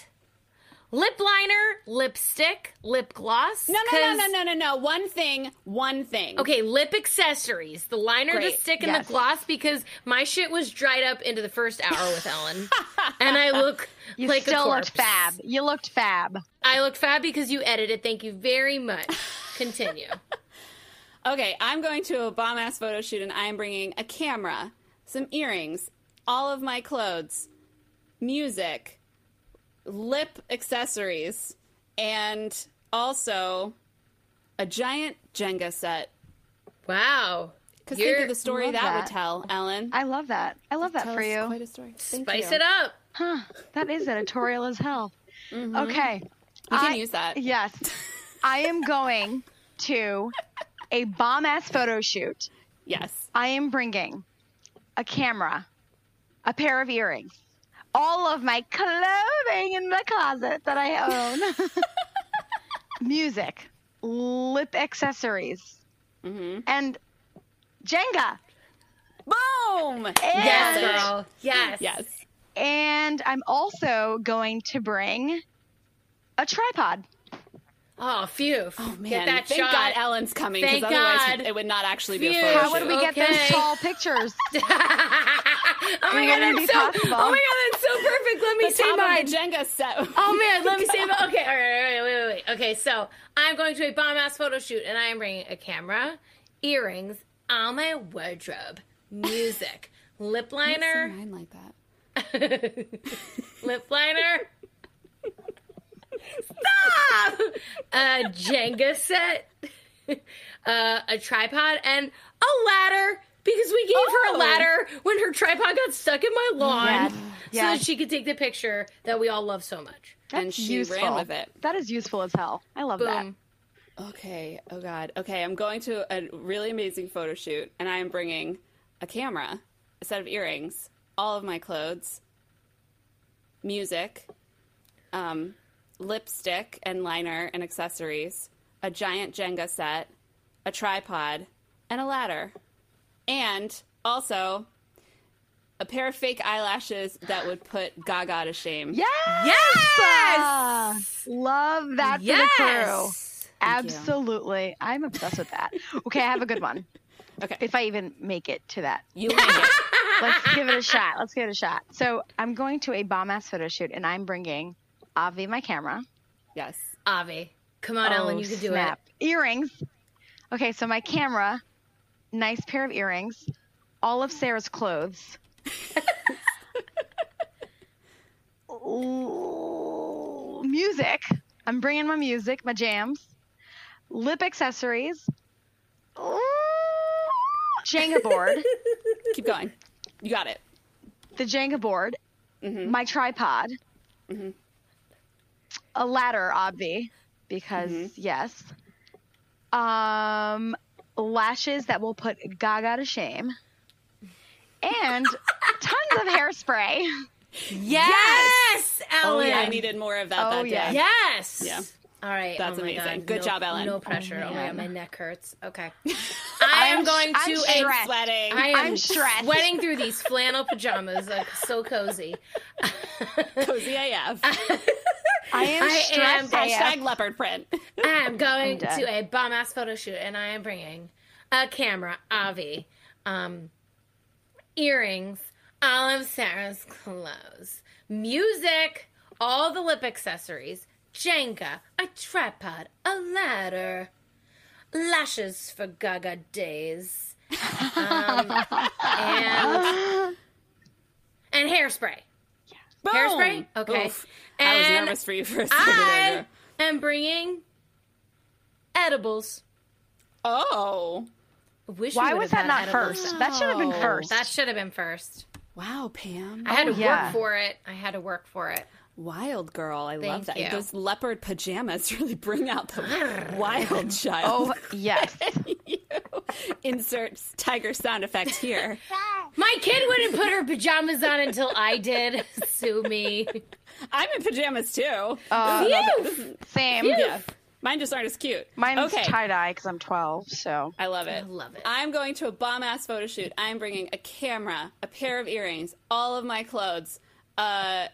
[SPEAKER 1] lip liner, lipstick, lip gloss.
[SPEAKER 3] No, no, no,
[SPEAKER 1] 'cause-
[SPEAKER 3] no, no, no, no. One thing. One thing.
[SPEAKER 1] Okay, lip accessories. The liner, the
[SPEAKER 3] Great.
[SPEAKER 1] stick, and
[SPEAKER 2] Yes.
[SPEAKER 1] the gloss because my shit was dried up into the first hour with
[SPEAKER 3] (laughs)
[SPEAKER 1] Ellen. and I look
[SPEAKER 2] You
[SPEAKER 1] like a
[SPEAKER 2] still
[SPEAKER 1] corpse.
[SPEAKER 2] looked fab. You looked fab.
[SPEAKER 1] I look fab because you edited. Thank you very much.
[SPEAKER 3] (laughs)
[SPEAKER 1] Continue.
[SPEAKER 3] Okay, I'm going to a bomb ass photo shoot and I'm bringing a camera, some earrings, all of my clothes, music, lip accessories, and also a giant Jenga set.
[SPEAKER 1] wow.
[SPEAKER 3] Because
[SPEAKER 1] You're-
[SPEAKER 3] think of the story
[SPEAKER 2] love
[SPEAKER 3] that, would
[SPEAKER 2] that.
[SPEAKER 3] tell, Ellen.
[SPEAKER 2] I love that. I love that
[SPEAKER 3] Tell
[SPEAKER 2] for
[SPEAKER 3] us
[SPEAKER 2] you.
[SPEAKER 3] Quite a story. Thank
[SPEAKER 1] Spice
[SPEAKER 3] you.
[SPEAKER 1] it up.
[SPEAKER 2] Huh. That is editorial as hell. Mm-hmm. Okay.
[SPEAKER 3] You can
[SPEAKER 2] I-
[SPEAKER 3] use that.
[SPEAKER 2] Yes. I am going to a bomb ass photo shoot.
[SPEAKER 3] Yes.
[SPEAKER 2] I am bringing a camera, a pair of earrings, all of my clothing in the closet that I
[SPEAKER 3] (laughs)
[SPEAKER 2] own, (laughs) music, lip accessories,
[SPEAKER 3] Mm-hmm.
[SPEAKER 2] and Jenga.
[SPEAKER 3] Boom!
[SPEAKER 2] And,
[SPEAKER 1] Yes, girl. Yes.
[SPEAKER 3] Yes.
[SPEAKER 2] And I'm also going to bring a tripod.
[SPEAKER 1] Oh, phew.
[SPEAKER 3] Man,
[SPEAKER 1] Get that
[SPEAKER 3] thank
[SPEAKER 1] shot.
[SPEAKER 3] God
[SPEAKER 1] (laughs)
[SPEAKER 3] Ellen's coming because
[SPEAKER 1] Thank
[SPEAKER 3] otherwise
[SPEAKER 1] God.
[SPEAKER 3] it would not actually be a
[SPEAKER 1] Phew.
[SPEAKER 3] photo
[SPEAKER 2] How would we get those
[SPEAKER 1] Okay.
[SPEAKER 2] tall pictures?
[SPEAKER 1] oh my
[SPEAKER 2] It
[SPEAKER 1] god,
[SPEAKER 2] wouldn't
[SPEAKER 1] that's
[SPEAKER 2] be
[SPEAKER 1] so.
[SPEAKER 2] possible.
[SPEAKER 1] Oh my god, that's so perfect. Let me
[SPEAKER 3] the
[SPEAKER 1] say
[SPEAKER 3] top
[SPEAKER 1] mine.
[SPEAKER 3] of the Jenga set. (laughs)
[SPEAKER 1] Oh man, let me say about okay. All right, all right, wait, wait, wait. Okay, so I'm going to a bomb ass photo shoot, and I am bringing a camera, earrings, all my wardrobe,
[SPEAKER 3] (laughs)
[SPEAKER 1] music, lip liner,
[SPEAKER 3] Mine like that.
[SPEAKER 1] lip liner. Stop. A Jenga set, uh, a tripod, and a ladder because we gave her a
[SPEAKER 2] Oh.
[SPEAKER 1] ladder when her tripod got stuck in my lawn,
[SPEAKER 2] Yes,
[SPEAKER 1] so that
[SPEAKER 2] yes.
[SPEAKER 1] she could take the picture that we all love so much.
[SPEAKER 3] (laughs) and she ran with it.
[SPEAKER 2] That is useful as hell. I love that.
[SPEAKER 1] Boom.
[SPEAKER 3] Okay. Oh God. Okay. I'm going to a really amazing photo shoot, and I am bringing a camera, a set of earrings, all of my clothes, music, um, lipstick and liner and accessories, a giant Jenga set, a tripod, and a ladder, and also a pair of fake eyelashes that would put Gaga to shame.
[SPEAKER 2] Yes!
[SPEAKER 1] Yes!
[SPEAKER 2] Love that for the crew.
[SPEAKER 1] Yes.
[SPEAKER 2] Absolutely. I'm obsessed with that. Okay, I have a good one.
[SPEAKER 3] Okay.
[SPEAKER 2] If I even make it to that.
[SPEAKER 3] You like it.
[SPEAKER 2] Let's give it a shot. Let's give it a shot. So I'm going to a bomb ass photo shoot and I'm bringing Avi my camera.
[SPEAKER 3] Yes.
[SPEAKER 1] (laughs) Avi, come on, Ellen, you can do it.
[SPEAKER 2] do it. Oh, Earrings. Okay, so my camera, nice pair of earrings, all of
[SPEAKER 1] (laughs)
[SPEAKER 2] Sarah's clothes. Ooh, music. I'm bringing my music, my jams, lip accessories,
[SPEAKER 1] (laughs)
[SPEAKER 2] Ooh, Jenga board,
[SPEAKER 3] Keep going. You got it.
[SPEAKER 2] the Jenga board, my tripod, a ladder, obvi, because yes, um, lashes that will put Gaga to shame, and tons of hairspray.
[SPEAKER 1] Yes,
[SPEAKER 3] Oh,
[SPEAKER 1] Ellen.
[SPEAKER 3] yeah, I needed more of that
[SPEAKER 2] Oh,
[SPEAKER 3] that day.
[SPEAKER 2] yeah.
[SPEAKER 1] yes.
[SPEAKER 3] Yeah.
[SPEAKER 1] All right.
[SPEAKER 3] That's
[SPEAKER 1] oh my
[SPEAKER 3] amazing.
[SPEAKER 1] God.
[SPEAKER 3] Good
[SPEAKER 1] No-
[SPEAKER 3] job, Ellen.
[SPEAKER 1] No pressure. Oh, my
[SPEAKER 2] man.
[SPEAKER 1] God, my neck hurts. Okay. I am
[SPEAKER 2] I'm-
[SPEAKER 1] going
[SPEAKER 2] I'm
[SPEAKER 1] to a
[SPEAKER 2] stressed.
[SPEAKER 3] sweating.
[SPEAKER 1] I am
[SPEAKER 2] I'm stressed.
[SPEAKER 1] sweating through these flannel pajamas. Like, so cozy.
[SPEAKER 3] (laughs)
[SPEAKER 1] (laughs)
[SPEAKER 3] cozy AF.
[SPEAKER 2] I am
[SPEAKER 1] I am
[SPEAKER 2] stressed. AF.
[SPEAKER 3] Hashtag leopard print.
[SPEAKER 1] I
[SPEAKER 3] (laughs)
[SPEAKER 1] am going
[SPEAKER 2] I'm done.
[SPEAKER 1] to a bomb ass photo shoot and I am bringing a camera, Avi, um, earrings, all of Sarah's clothes, music, all the lip accessories, Jenga, a tripod, a ladder, lashes for Gaga days, um, and, and hairspray.
[SPEAKER 3] Boom.
[SPEAKER 1] Hairspray? Okay.
[SPEAKER 3] Oh, Oof. I was
[SPEAKER 1] And
[SPEAKER 3] nervous for you for a second.
[SPEAKER 1] I (laughs)
[SPEAKER 3] there.
[SPEAKER 1] am bringing edibles.
[SPEAKER 3] Oh.
[SPEAKER 1] Wish we
[SPEAKER 2] Why
[SPEAKER 1] would
[SPEAKER 2] was
[SPEAKER 1] have
[SPEAKER 2] that not
[SPEAKER 1] had edibles.
[SPEAKER 2] first? That should have been
[SPEAKER 3] Wow.
[SPEAKER 2] first.
[SPEAKER 1] That should have been first.
[SPEAKER 3] Wow, Pam.
[SPEAKER 1] I had to
[SPEAKER 2] Oh, yeah.
[SPEAKER 1] work for it. I had to work for it.
[SPEAKER 3] Wild girl. I
[SPEAKER 1] Thank
[SPEAKER 3] love that.
[SPEAKER 1] you.
[SPEAKER 3] Those leopard pajamas (laughs) really bring out the wild
[SPEAKER 2] oh
[SPEAKER 3] child.
[SPEAKER 2] yes.
[SPEAKER 3] You
[SPEAKER 1] Oh.
[SPEAKER 3] (laughs) Insert tiger sound effect
[SPEAKER 1] (laughs)
[SPEAKER 3] here.
[SPEAKER 1] My kid wouldn't put her pajamas on until I did. (laughs) Sue me.
[SPEAKER 3] I'm in pajamas too.
[SPEAKER 2] Uh,
[SPEAKER 1] Phew.
[SPEAKER 2] same.
[SPEAKER 3] yeah. Mine just aren't as cute.
[SPEAKER 2] Mine's
[SPEAKER 3] okay.
[SPEAKER 2] tie dye because I'm 12. So
[SPEAKER 3] I love it.
[SPEAKER 1] I love it.
[SPEAKER 3] I'm going to a bomb ass photo shoot. I'm bringing a camera, a pair of earrings, all of my clothes, uh,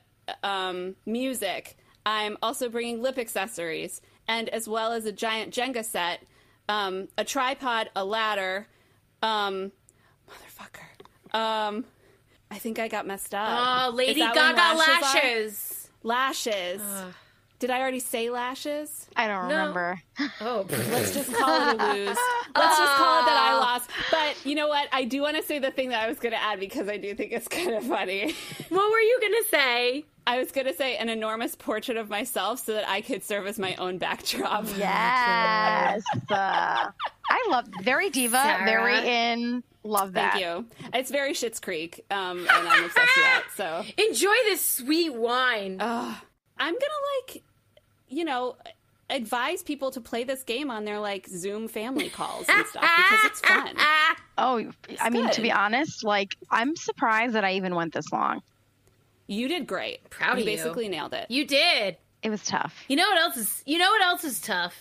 [SPEAKER 3] um, music. I'm also bringing lip accessories, and as well as a giant Jenga set, um, a tripod, a ladder. Um, motherfucker. Um, I think I got messed up.
[SPEAKER 1] Oh,
[SPEAKER 3] Is
[SPEAKER 1] Lady
[SPEAKER 3] that when
[SPEAKER 1] Gaga lashes.
[SPEAKER 3] are? Lashes. Did I already say lashes?
[SPEAKER 2] I don't remember.
[SPEAKER 1] Oh,
[SPEAKER 3] Let's just call it a lose. Let's just call it that I lost. But you know what? I do want to say the thing that I was going to add because I do think it's (laughs) kind of funny.
[SPEAKER 1] (laughs) what were you gonna say?
[SPEAKER 3] I was going to say an enormous portrait of myself so that I could serve as my own backdrop.
[SPEAKER 2] Yes. Uh, (laughs) I love very diva,
[SPEAKER 1] Sarah.
[SPEAKER 2] very in. Love that.
[SPEAKER 3] Thank you. It's very Shits Creek, um, and I'm obsessed with that. So
[SPEAKER 1] Enjoy this sweet wine.
[SPEAKER 2] Oh,
[SPEAKER 3] I'm gonna like, you know, advise people to play this game on their like Zoom family calls and stuff because it's fun.
[SPEAKER 1] Ah,
[SPEAKER 2] Oh, I mean, to
[SPEAKER 3] good.
[SPEAKER 2] be honest, like I'm surprised that I even went this long.
[SPEAKER 3] You did great.
[SPEAKER 1] Proud of you.
[SPEAKER 3] Basically nailed
[SPEAKER 1] (laughs)
[SPEAKER 3] it.
[SPEAKER 1] you did.
[SPEAKER 2] It was tough.
[SPEAKER 1] You know what else is? You know what else is tough?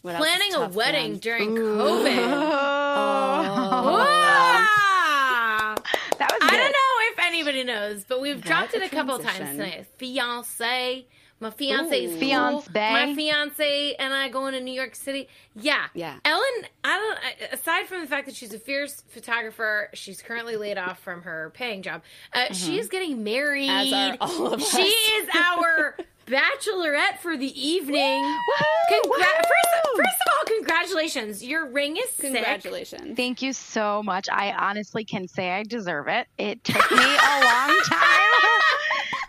[SPEAKER 3] What else is
[SPEAKER 1] Planning
[SPEAKER 3] tough,
[SPEAKER 1] a
[SPEAKER 3] man?
[SPEAKER 1] wedding during COVID.
[SPEAKER 2] Oh.
[SPEAKER 1] Ah!
[SPEAKER 2] that was.
[SPEAKER 1] I
[SPEAKER 2] good.
[SPEAKER 1] don't know if anybody knows, but we've dropped
[SPEAKER 3] a
[SPEAKER 1] it a couple times
[SPEAKER 3] transition.
[SPEAKER 1] tonight. Fiance, my fiance is
[SPEAKER 3] Ooh.
[SPEAKER 1] cool.
[SPEAKER 2] Fiancé.
[SPEAKER 1] My fiance and I going to New York City. Yeah,
[SPEAKER 3] Yeah.
[SPEAKER 1] Ellen, I don't. I- Aside from the fact that she's a fierce photographer, she's currently laid off from her paying job. Uh, She is getting married.
[SPEAKER 3] Mm-hmm. As are all of us.
[SPEAKER 1] she is
[SPEAKER 3] (laughs)
[SPEAKER 1] our bachelorette for the evening.
[SPEAKER 2] Woohoo!
[SPEAKER 1] Congra-
[SPEAKER 2] Woohoo!
[SPEAKER 1] first, first of all, congratulations! Your ring is sick. (laughs)
[SPEAKER 3] Congratulations.
[SPEAKER 2] Thank you so much. I honestly can say I deserve it. It took me a
[SPEAKER 1] (laughs)
[SPEAKER 2] long time.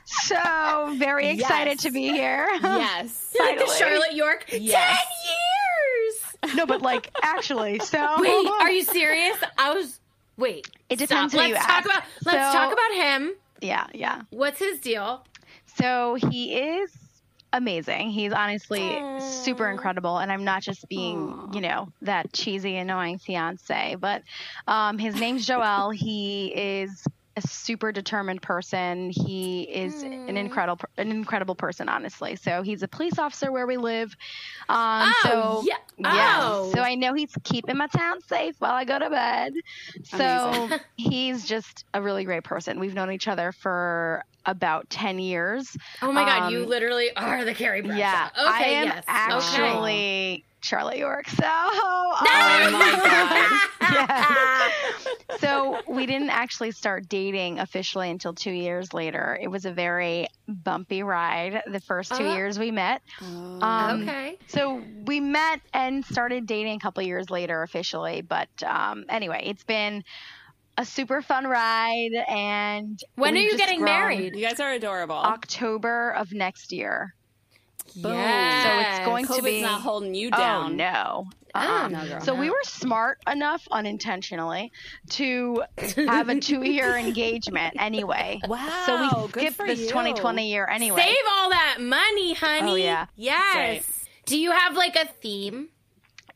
[SPEAKER 2] so very excited
[SPEAKER 3] Yes.
[SPEAKER 2] to be here.
[SPEAKER 3] Yes.
[SPEAKER 1] Like the
[SPEAKER 2] Finally.
[SPEAKER 1] Charlotte York.
[SPEAKER 3] Yes.
[SPEAKER 1] Ten years.
[SPEAKER 2] (laughs) No, but like actually, so
[SPEAKER 1] Wait, are you serious? I was. Wait.
[SPEAKER 2] It depends
[SPEAKER 1] Stop.
[SPEAKER 2] who you
[SPEAKER 1] let's
[SPEAKER 2] ask.
[SPEAKER 1] talk about. Let's
[SPEAKER 2] So-
[SPEAKER 1] talk about him.
[SPEAKER 2] (laughs) Yeah, yeah.
[SPEAKER 1] What's his deal?
[SPEAKER 2] So he is amazing. He's honestly super incredible. And I'm not just being, you know, that cheesy, annoying fiance, but um, his name's Joel. he is a super determined person. He is an incredible, an incredible person, honestly. So he's a police officer where we live. Um,
[SPEAKER 1] Oh,
[SPEAKER 2] so,
[SPEAKER 1] yeah.
[SPEAKER 2] yeah.
[SPEAKER 1] Oh.
[SPEAKER 2] So I know he's keeping my town safe while I go to bed. So
[SPEAKER 3] Amazing.
[SPEAKER 2] he's just a really great person. We've known each other for about 10 years.
[SPEAKER 1] Oh my god, you
[SPEAKER 2] Um,
[SPEAKER 1] literally are the Carrie Bradshaw.
[SPEAKER 2] Yeah,
[SPEAKER 1] Okay.
[SPEAKER 2] I am
[SPEAKER 1] yes.
[SPEAKER 2] (laughs) actually
[SPEAKER 1] Okay.
[SPEAKER 2] Charlotte York. So, um,
[SPEAKER 3] Oh
[SPEAKER 1] (laughs)
[SPEAKER 3] my
[SPEAKER 2] yes. so we didn't actually start dating officially until two years later. It was a very bumpy ride the first two
[SPEAKER 1] Oh.
[SPEAKER 2] years we met.
[SPEAKER 3] god.
[SPEAKER 2] Um,
[SPEAKER 1] okay.
[SPEAKER 2] So we met and started dating a couple years later officially. But um, anyway, it's been a super fun ride. And
[SPEAKER 1] When are
[SPEAKER 2] we've
[SPEAKER 1] you
[SPEAKER 2] just
[SPEAKER 1] getting
[SPEAKER 2] grown.
[SPEAKER 1] married?
[SPEAKER 3] you guys are adorable.
[SPEAKER 2] October of next year.
[SPEAKER 1] Yes.
[SPEAKER 2] So it's going
[SPEAKER 3] COVID's
[SPEAKER 2] to be
[SPEAKER 3] not holding you down.
[SPEAKER 2] Oh no.
[SPEAKER 1] Oh,
[SPEAKER 2] Uh-uh.
[SPEAKER 3] no, girl.
[SPEAKER 2] So we were smart enough unintentionally to have a two
[SPEAKER 3] (laughs)
[SPEAKER 2] year engagement anyway.
[SPEAKER 3] Wow.
[SPEAKER 2] So we
[SPEAKER 3] good
[SPEAKER 2] skipped
[SPEAKER 3] for
[SPEAKER 2] this
[SPEAKER 3] you.
[SPEAKER 2] 2020 year anyway.
[SPEAKER 1] Save all that money, honey.
[SPEAKER 2] Oh, yeah.
[SPEAKER 1] Yes.
[SPEAKER 3] That's
[SPEAKER 1] Do you have like a theme?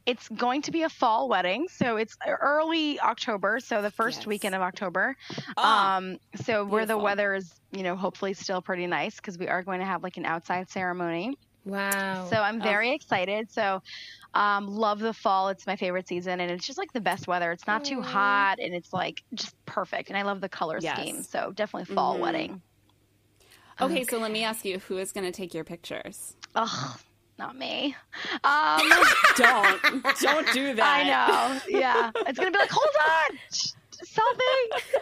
[SPEAKER 2] It's going to be a fall wedding, so it's early October, so the first
[SPEAKER 3] Yes.
[SPEAKER 2] weekend of October.
[SPEAKER 3] Ah,
[SPEAKER 2] um so where the
[SPEAKER 3] beautiful.
[SPEAKER 2] weather is, you know, hopefully still pretty nice because we are going to have like an outside ceremony.
[SPEAKER 1] Wow.
[SPEAKER 2] So I'm very excited. So um, love the fall. It's my favorite season, and it's just like the best weather. It's not too hot, and it's like just perfect. And I love the color
[SPEAKER 3] Yes.
[SPEAKER 2] scheme. So definitely fall
[SPEAKER 1] Mm-hmm.
[SPEAKER 2] wedding.
[SPEAKER 3] Okay, so let me ask you, who is going to take your pictures?
[SPEAKER 2] Ugh, not me.
[SPEAKER 1] (laughs)
[SPEAKER 2] Um,
[SPEAKER 3] (laughs) Don't, don't do that.
[SPEAKER 2] (laughs) I know. Yeah, it's gonna be like, hold on, shh, selfie.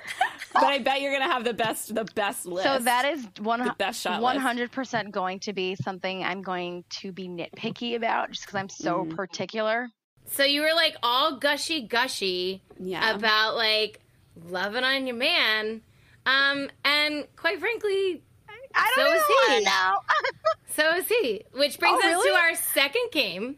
[SPEAKER 3] But I bet you're going to have the best, the best list.
[SPEAKER 2] So that is one
[SPEAKER 3] best shot list.
[SPEAKER 2] one hundred percent going to be something I'm going to be nitpicky about, just because I'm so
[SPEAKER 1] Mm-hmm.
[SPEAKER 2] particular.
[SPEAKER 1] So you were like all gushy gushy
[SPEAKER 3] Yeah.
[SPEAKER 1] about like loving on your man. Um, and quite frankly,
[SPEAKER 2] I
[SPEAKER 1] So
[SPEAKER 2] don't
[SPEAKER 1] is
[SPEAKER 2] even
[SPEAKER 1] he.
[SPEAKER 2] wanna know. (laughs)
[SPEAKER 1] so is he. Which brings
[SPEAKER 2] Oh,
[SPEAKER 1] us to
[SPEAKER 2] really?
[SPEAKER 1] our second
[SPEAKER 3] (gasps)
[SPEAKER 1] game,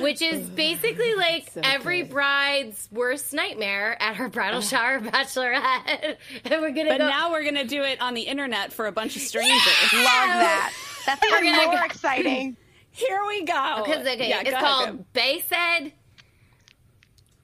[SPEAKER 1] which is basically like every
[SPEAKER 3] good. Oh.
[SPEAKER 1] bride's worst nightmare at her bridal shower (laughs) bachelorette. (laughs) and we're gonna
[SPEAKER 3] But
[SPEAKER 1] go (laughs)
[SPEAKER 3] now we're going to do it on the internet for a bunch of strangers.
[SPEAKER 2] Love that.
[SPEAKER 1] (laughs)
[SPEAKER 2] That's even
[SPEAKER 1] gonna
[SPEAKER 2] more
[SPEAKER 1] go-
[SPEAKER 2] exciting.
[SPEAKER 3] Here we go.
[SPEAKER 1] because okay,
[SPEAKER 3] Yeah,
[SPEAKER 1] it's
[SPEAKER 3] go ahead,
[SPEAKER 1] called
[SPEAKER 3] go.
[SPEAKER 1] Bay said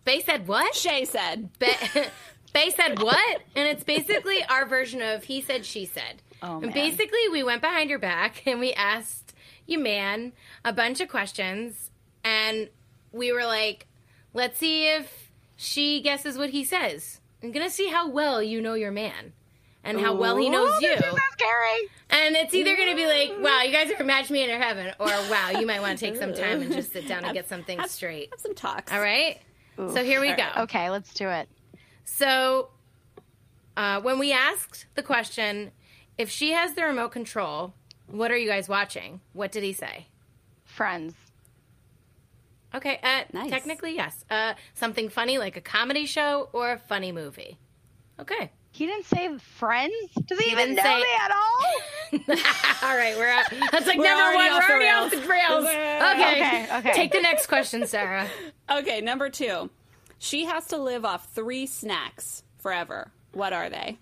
[SPEAKER 1] Bay said what?
[SPEAKER 3] Shay said.
[SPEAKER 1] Ba- (laughs) Bay said what? And it's basically our version of he said, she said.
[SPEAKER 2] Oh,
[SPEAKER 1] and
[SPEAKER 2] man.
[SPEAKER 1] basically, we went behind your back and we asked you, man, a bunch of questions. And we were like, let's see if she guesses what he says. I'm going to see how well you know your man and how well he knows
[SPEAKER 2] Ooh,
[SPEAKER 1] you.
[SPEAKER 2] This is so scary.
[SPEAKER 1] And it's either going to be like, wow, you guys are a match made in heaven, or wow, you might want to take some time and just sit down and get
[SPEAKER 2] (laughs)
[SPEAKER 1] something straight.
[SPEAKER 3] Have some talks.
[SPEAKER 1] All right? So here we go.
[SPEAKER 2] Okay, let's do it.
[SPEAKER 1] So, uh, when we asked the question, if she has the remote control, what are you guys watching? What did he say?
[SPEAKER 2] Friends.
[SPEAKER 1] Okay, uh,
[SPEAKER 3] Nice.
[SPEAKER 1] technically, yes. Uh, something funny like a comedy show or a funny movie. Okay. (laughs)
[SPEAKER 2] He didn't say friends. Does he,
[SPEAKER 1] didn't
[SPEAKER 2] even know
[SPEAKER 1] say-
[SPEAKER 2] me at all? (laughs)
[SPEAKER 1] All right, we're up. That's like
[SPEAKER 3] We're
[SPEAKER 1] number
[SPEAKER 3] already
[SPEAKER 1] one. We're
[SPEAKER 3] off the
[SPEAKER 1] already off the
[SPEAKER 3] rails.
[SPEAKER 1] rails. Okay.
[SPEAKER 2] Okay, okay.
[SPEAKER 1] Take the next question,
[SPEAKER 3] (laughs)
[SPEAKER 1] Sarah.
[SPEAKER 3] Okay, number two. She has to live off three snacks forever. What are they?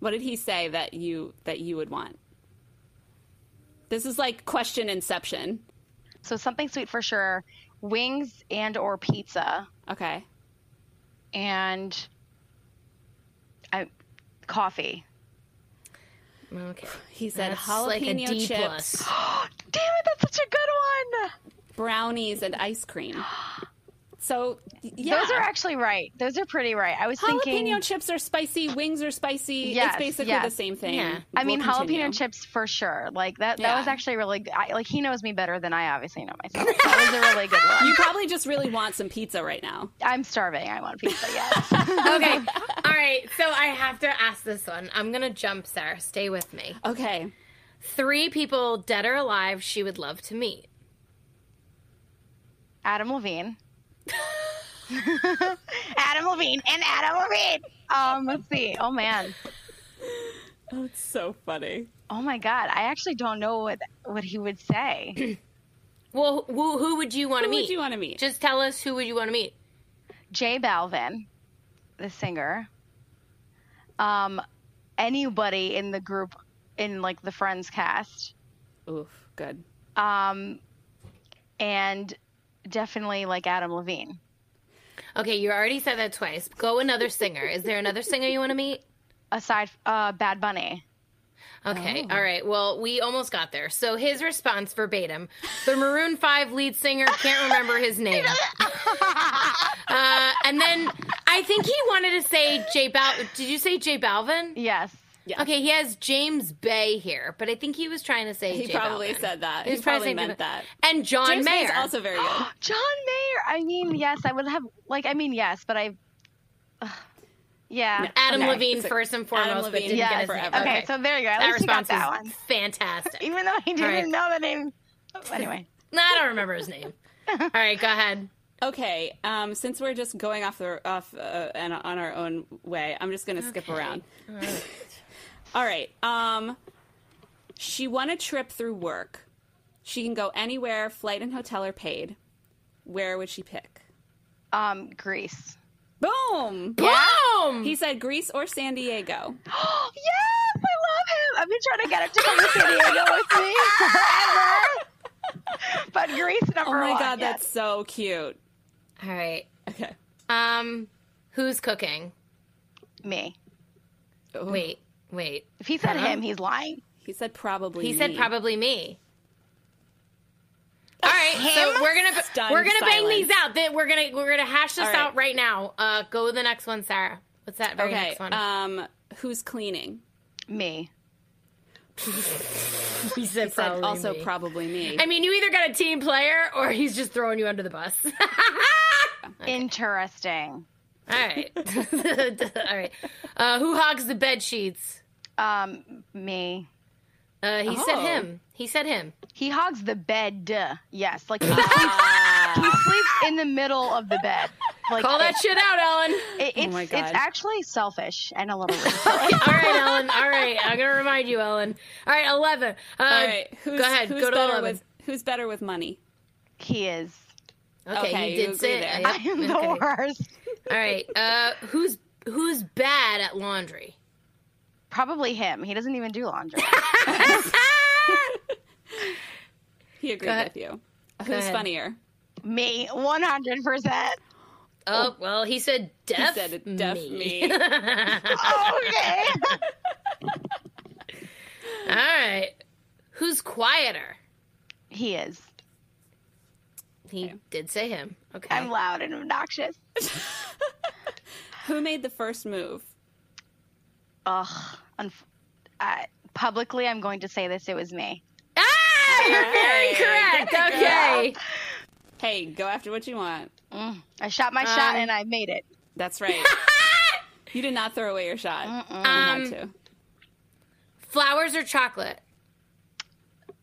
[SPEAKER 3] What did he say that you that you would want? This is like question inception.
[SPEAKER 2] So something sweet for sure. Wings and or pizza
[SPEAKER 3] Okay.
[SPEAKER 2] and I, coffee. (gasps)
[SPEAKER 1] Okay.
[SPEAKER 3] He said
[SPEAKER 1] That's
[SPEAKER 3] jalapeno
[SPEAKER 1] like a D
[SPEAKER 3] chips,
[SPEAKER 1] plus.
[SPEAKER 2] Damn it, that's such a good one.
[SPEAKER 3] brownies, and ice cream. So yeah.
[SPEAKER 2] Those are actually right. Those are pretty right. I was
[SPEAKER 3] jalapeno
[SPEAKER 2] thinking
[SPEAKER 3] chips are spicy, wings are spicy.
[SPEAKER 2] Yes,
[SPEAKER 3] it's basically
[SPEAKER 2] yes.
[SPEAKER 3] the same thing.
[SPEAKER 1] Yeah.
[SPEAKER 2] I mean
[SPEAKER 3] We'll continue.
[SPEAKER 2] jalapeno chips for sure. Like that that
[SPEAKER 3] Yeah.
[SPEAKER 2] was actually really good. I, like he knows me better than I obviously know myself. That was a really good one.
[SPEAKER 3] You probably just really want some pizza right now.
[SPEAKER 2] I'm starving. I want pizza. Yes.
[SPEAKER 3] (laughs)
[SPEAKER 1] Okay. All right. So I have to ask this one. I'm going to jump, Sarah. Stay with me.
[SPEAKER 3] Okay.
[SPEAKER 1] three people, dead or alive, she would love to meet.
[SPEAKER 2] Adam Levine. (laughs) Adam Levine and Adam Levine. Um, let's see. Oh man.
[SPEAKER 3] Oh, it's so funny.
[SPEAKER 2] Oh my God. I actually don't know what what he would say. (clears throat)
[SPEAKER 1] Well, who, who would you want to
[SPEAKER 3] Who
[SPEAKER 1] meet?
[SPEAKER 3] would you want to meet?
[SPEAKER 1] Just tell us who would you want to meet.
[SPEAKER 2] J Balvin, the singer. Um, anybody in the group in like the Friends cast.
[SPEAKER 3] Oof, good.
[SPEAKER 2] Um, and definitely like Adam Levine.
[SPEAKER 1] Okay, you already said that twice. Go another singer. Is there another singer you want to meet?
[SPEAKER 2] Aside, uh, Bad Bunny.
[SPEAKER 1] Okay,
[SPEAKER 3] Oh.
[SPEAKER 1] all right. Well, we almost got there. So his response verbatim: the Maroon Five lead singer can't remember
[SPEAKER 3] (laughs)
[SPEAKER 1] his name. Uh, and then I think he wanted to say J Bal. Did you say J Balvin?
[SPEAKER 2] Yes.
[SPEAKER 3] Yeah.
[SPEAKER 1] Okay, he has James Bay here, but I think he was trying to say
[SPEAKER 3] He
[SPEAKER 1] J
[SPEAKER 3] probably
[SPEAKER 1] Balvin.
[SPEAKER 3] said that.
[SPEAKER 1] He
[SPEAKER 3] He
[SPEAKER 1] was trying to
[SPEAKER 3] probably
[SPEAKER 1] say J
[SPEAKER 3] meant
[SPEAKER 1] Bal-
[SPEAKER 3] that.
[SPEAKER 1] And John
[SPEAKER 3] James Mayer's
[SPEAKER 1] Mayer.
[SPEAKER 3] also very
[SPEAKER 1] (gasps)
[SPEAKER 3] good.
[SPEAKER 2] John Mayer. I mean, yes, I would have like. I mean, yes, but I. Ugh. yeah.
[SPEAKER 1] Adam
[SPEAKER 3] Okay.
[SPEAKER 1] Levine
[SPEAKER 3] It's like
[SPEAKER 1] first and foremost,
[SPEAKER 3] Adam
[SPEAKER 1] but
[SPEAKER 3] Levine
[SPEAKER 1] didn't
[SPEAKER 2] Yes.
[SPEAKER 1] get his
[SPEAKER 3] forever.
[SPEAKER 1] name.
[SPEAKER 2] Okay, so there you go. At
[SPEAKER 1] that
[SPEAKER 2] least you got
[SPEAKER 1] response
[SPEAKER 2] that
[SPEAKER 1] is
[SPEAKER 2] one.
[SPEAKER 1] fantastic.
[SPEAKER 2] Even though he didn't
[SPEAKER 1] right.
[SPEAKER 2] know the name. Oh,
[SPEAKER 3] (laughs)
[SPEAKER 2] Anyway,
[SPEAKER 1] No, I don't remember his name. All right, go ahead.
[SPEAKER 3] Okay, um, since we're just going off the off uh, and on our own way, I'm just gonna skip around. (laughs) All right. Um, she won a trip through work. She can go anywhere, flight and hotel are paid. Where would she pick?
[SPEAKER 2] um, Greece. (gasps)
[SPEAKER 3] Boom!
[SPEAKER 1] Boom!
[SPEAKER 3] He said Greece or San Diego.
[SPEAKER 2] yes, I love him. I've been trying to get him to come to San Diego with me forever.
[SPEAKER 3] (laughs)
[SPEAKER 2] But Greece
[SPEAKER 3] Oh
[SPEAKER 2] number one.
[SPEAKER 3] my god,
[SPEAKER 2] yes.
[SPEAKER 3] that's so cute.
[SPEAKER 1] All right.
[SPEAKER 3] Okay.
[SPEAKER 1] Um, who's cooking?
[SPEAKER 2] me.
[SPEAKER 3] Ooh.
[SPEAKER 1] Wait, wait.
[SPEAKER 3] Uh-huh.
[SPEAKER 2] If he said him, he's lying.
[SPEAKER 3] He said probably.
[SPEAKER 1] He said
[SPEAKER 3] me.
[SPEAKER 1] probably me. All right, so we're gonna
[SPEAKER 3] Stunned
[SPEAKER 1] we're gonna bang
[SPEAKER 3] silence.
[SPEAKER 1] these out. That we're gonna we're gonna hash this
[SPEAKER 3] All right.
[SPEAKER 1] out right now. Uh, go to the next one, Sarah. What's that very
[SPEAKER 3] Okay.
[SPEAKER 1] next one?
[SPEAKER 3] Um, who's cleaning?
[SPEAKER 2] Me.
[SPEAKER 1] (laughs) he said,
[SPEAKER 3] Said
[SPEAKER 1] probably
[SPEAKER 3] also
[SPEAKER 1] me.
[SPEAKER 3] probably me.
[SPEAKER 1] I mean, you either got a team player or he's just throwing you under the bus. (laughs)
[SPEAKER 2] Interesting.
[SPEAKER 1] All right, (laughs) all right. Uh, who hogs the bed sheets?
[SPEAKER 2] Um, me.
[SPEAKER 1] Uh, he said
[SPEAKER 3] Oh.
[SPEAKER 1] him. He said him.
[SPEAKER 2] He hogs the bed. duh. Yes, like he sleeps, he sleeps in the middle of the bed. Like
[SPEAKER 1] Call that
[SPEAKER 2] it-
[SPEAKER 1] shit out, Ellen.
[SPEAKER 2] it- it's,
[SPEAKER 3] my
[SPEAKER 2] it's
[SPEAKER 3] God.
[SPEAKER 2] actually selfish and a little rude.
[SPEAKER 1] (laughs) all right, Ellen. All right, I'm gonna remind you, Ellen. All right, eleven. Uh,
[SPEAKER 3] All right. Who's,
[SPEAKER 1] go ahead.
[SPEAKER 3] Who's
[SPEAKER 1] go to
[SPEAKER 3] better
[SPEAKER 1] eleven.
[SPEAKER 3] with Who's better with money?
[SPEAKER 2] he is.
[SPEAKER 1] Okay, he
[SPEAKER 3] Okay, you
[SPEAKER 1] did
[SPEAKER 3] agree
[SPEAKER 1] say
[SPEAKER 3] there.
[SPEAKER 1] it.
[SPEAKER 2] I am the
[SPEAKER 1] Okay.
[SPEAKER 2] worst.
[SPEAKER 1] All right. Uh, who's who's bad at laundry?
[SPEAKER 2] Probably him. He doesn't even do laundry.
[SPEAKER 3] He agreed
[SPEAKER 1] ahead.
[SPEAKER 3] with you. Who's
[SPEAKER 1] ahead.
[SPEAKER 3] funnier?
[SPEAKER 2] me, one hundred percent.
[SPEAKER 1] Oh well, he said
[SPEAKER 3] He
[SPEAKER 1] deaf.
[SPEAKER 3] said it,
[SPEAKER 1] (laughs)
[SPEAKER 3] def me.
[SPEAKER 2] Okay.
[SPEAKER 1] All right. Who's quieter?
[SPEAKER 2] (laughs) he is.
[SPEAKER 1] He did say him. Okay.
[SPEAKER 2] I'm loud and obnoxious.
[SPEAKER 3] Who made the first move?
[SPEAKER 2] Ugh. Unf- uh, publicly, I'm going to say this. It was me.
[SPEAKER 1] ah, you're very correct. Okay.
[SPEAKER 3] Hey, go after what you want.
[SPEAKER 2] I shot my shot and I made it.
[SPEAKER 3] That's
[SPEAKER 1] (laughs)
[SPEAKER 3] right. you did not throw away your shot. You had
[SPEAKER 1] Um,
[SPEAKER 3] to.
[SPEAKER 1] flowers or chocolate?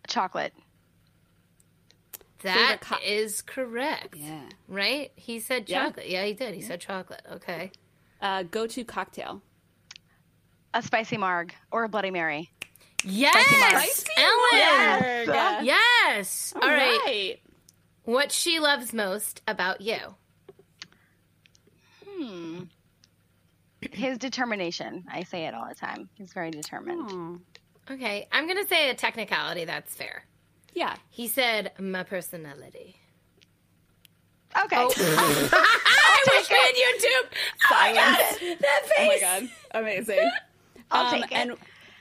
[SPEAKER 2] Chocolate.
[SPEAKER 1] That is
[SPEAKER 3] co-
[SPEAKER 1] correct.
[SPEAKER 3] Yeah.
[SPEAKER 1] Right? He said
[SPEAKER 3] Yeah.
[SPEAKER 1] chocolate. Yeah, he did. He said chocolate. Okay.
[SPEAKER 3] Uh, go to cocktail.
[SPEAKER 2] A spicy marg or a bloody mary.
[SPEAKER 1] Yes, Ellen.
[SPEAKER 2] Yes.
[SPEAKER 3] Yeah.
[SPEAKER 1] Yes. All right.
[SPEAKER 3] right.
[SPEAKER 1] What she loves most about you?
[SPEAKER 2] His determination. I say it all the time. He's very determined.
[SPEAKER 1] Okay, I'm gonna say a technicality. That's fair.
[SPEAKER 3] Yeah.
[SPEAKER 1] He said my personality.
[SPEAKER 2] Okay. (laughs)
[SPEAKER 1] I wish we had YouTube. Oh my god, that face.
[SPEAKER 3] Oh my god.
[SPEAKER 1] (laughs)
[SPEAKER 3] Amazing.
[SPEAKER 2] I'll take it.
[SPEAKER 3] Um,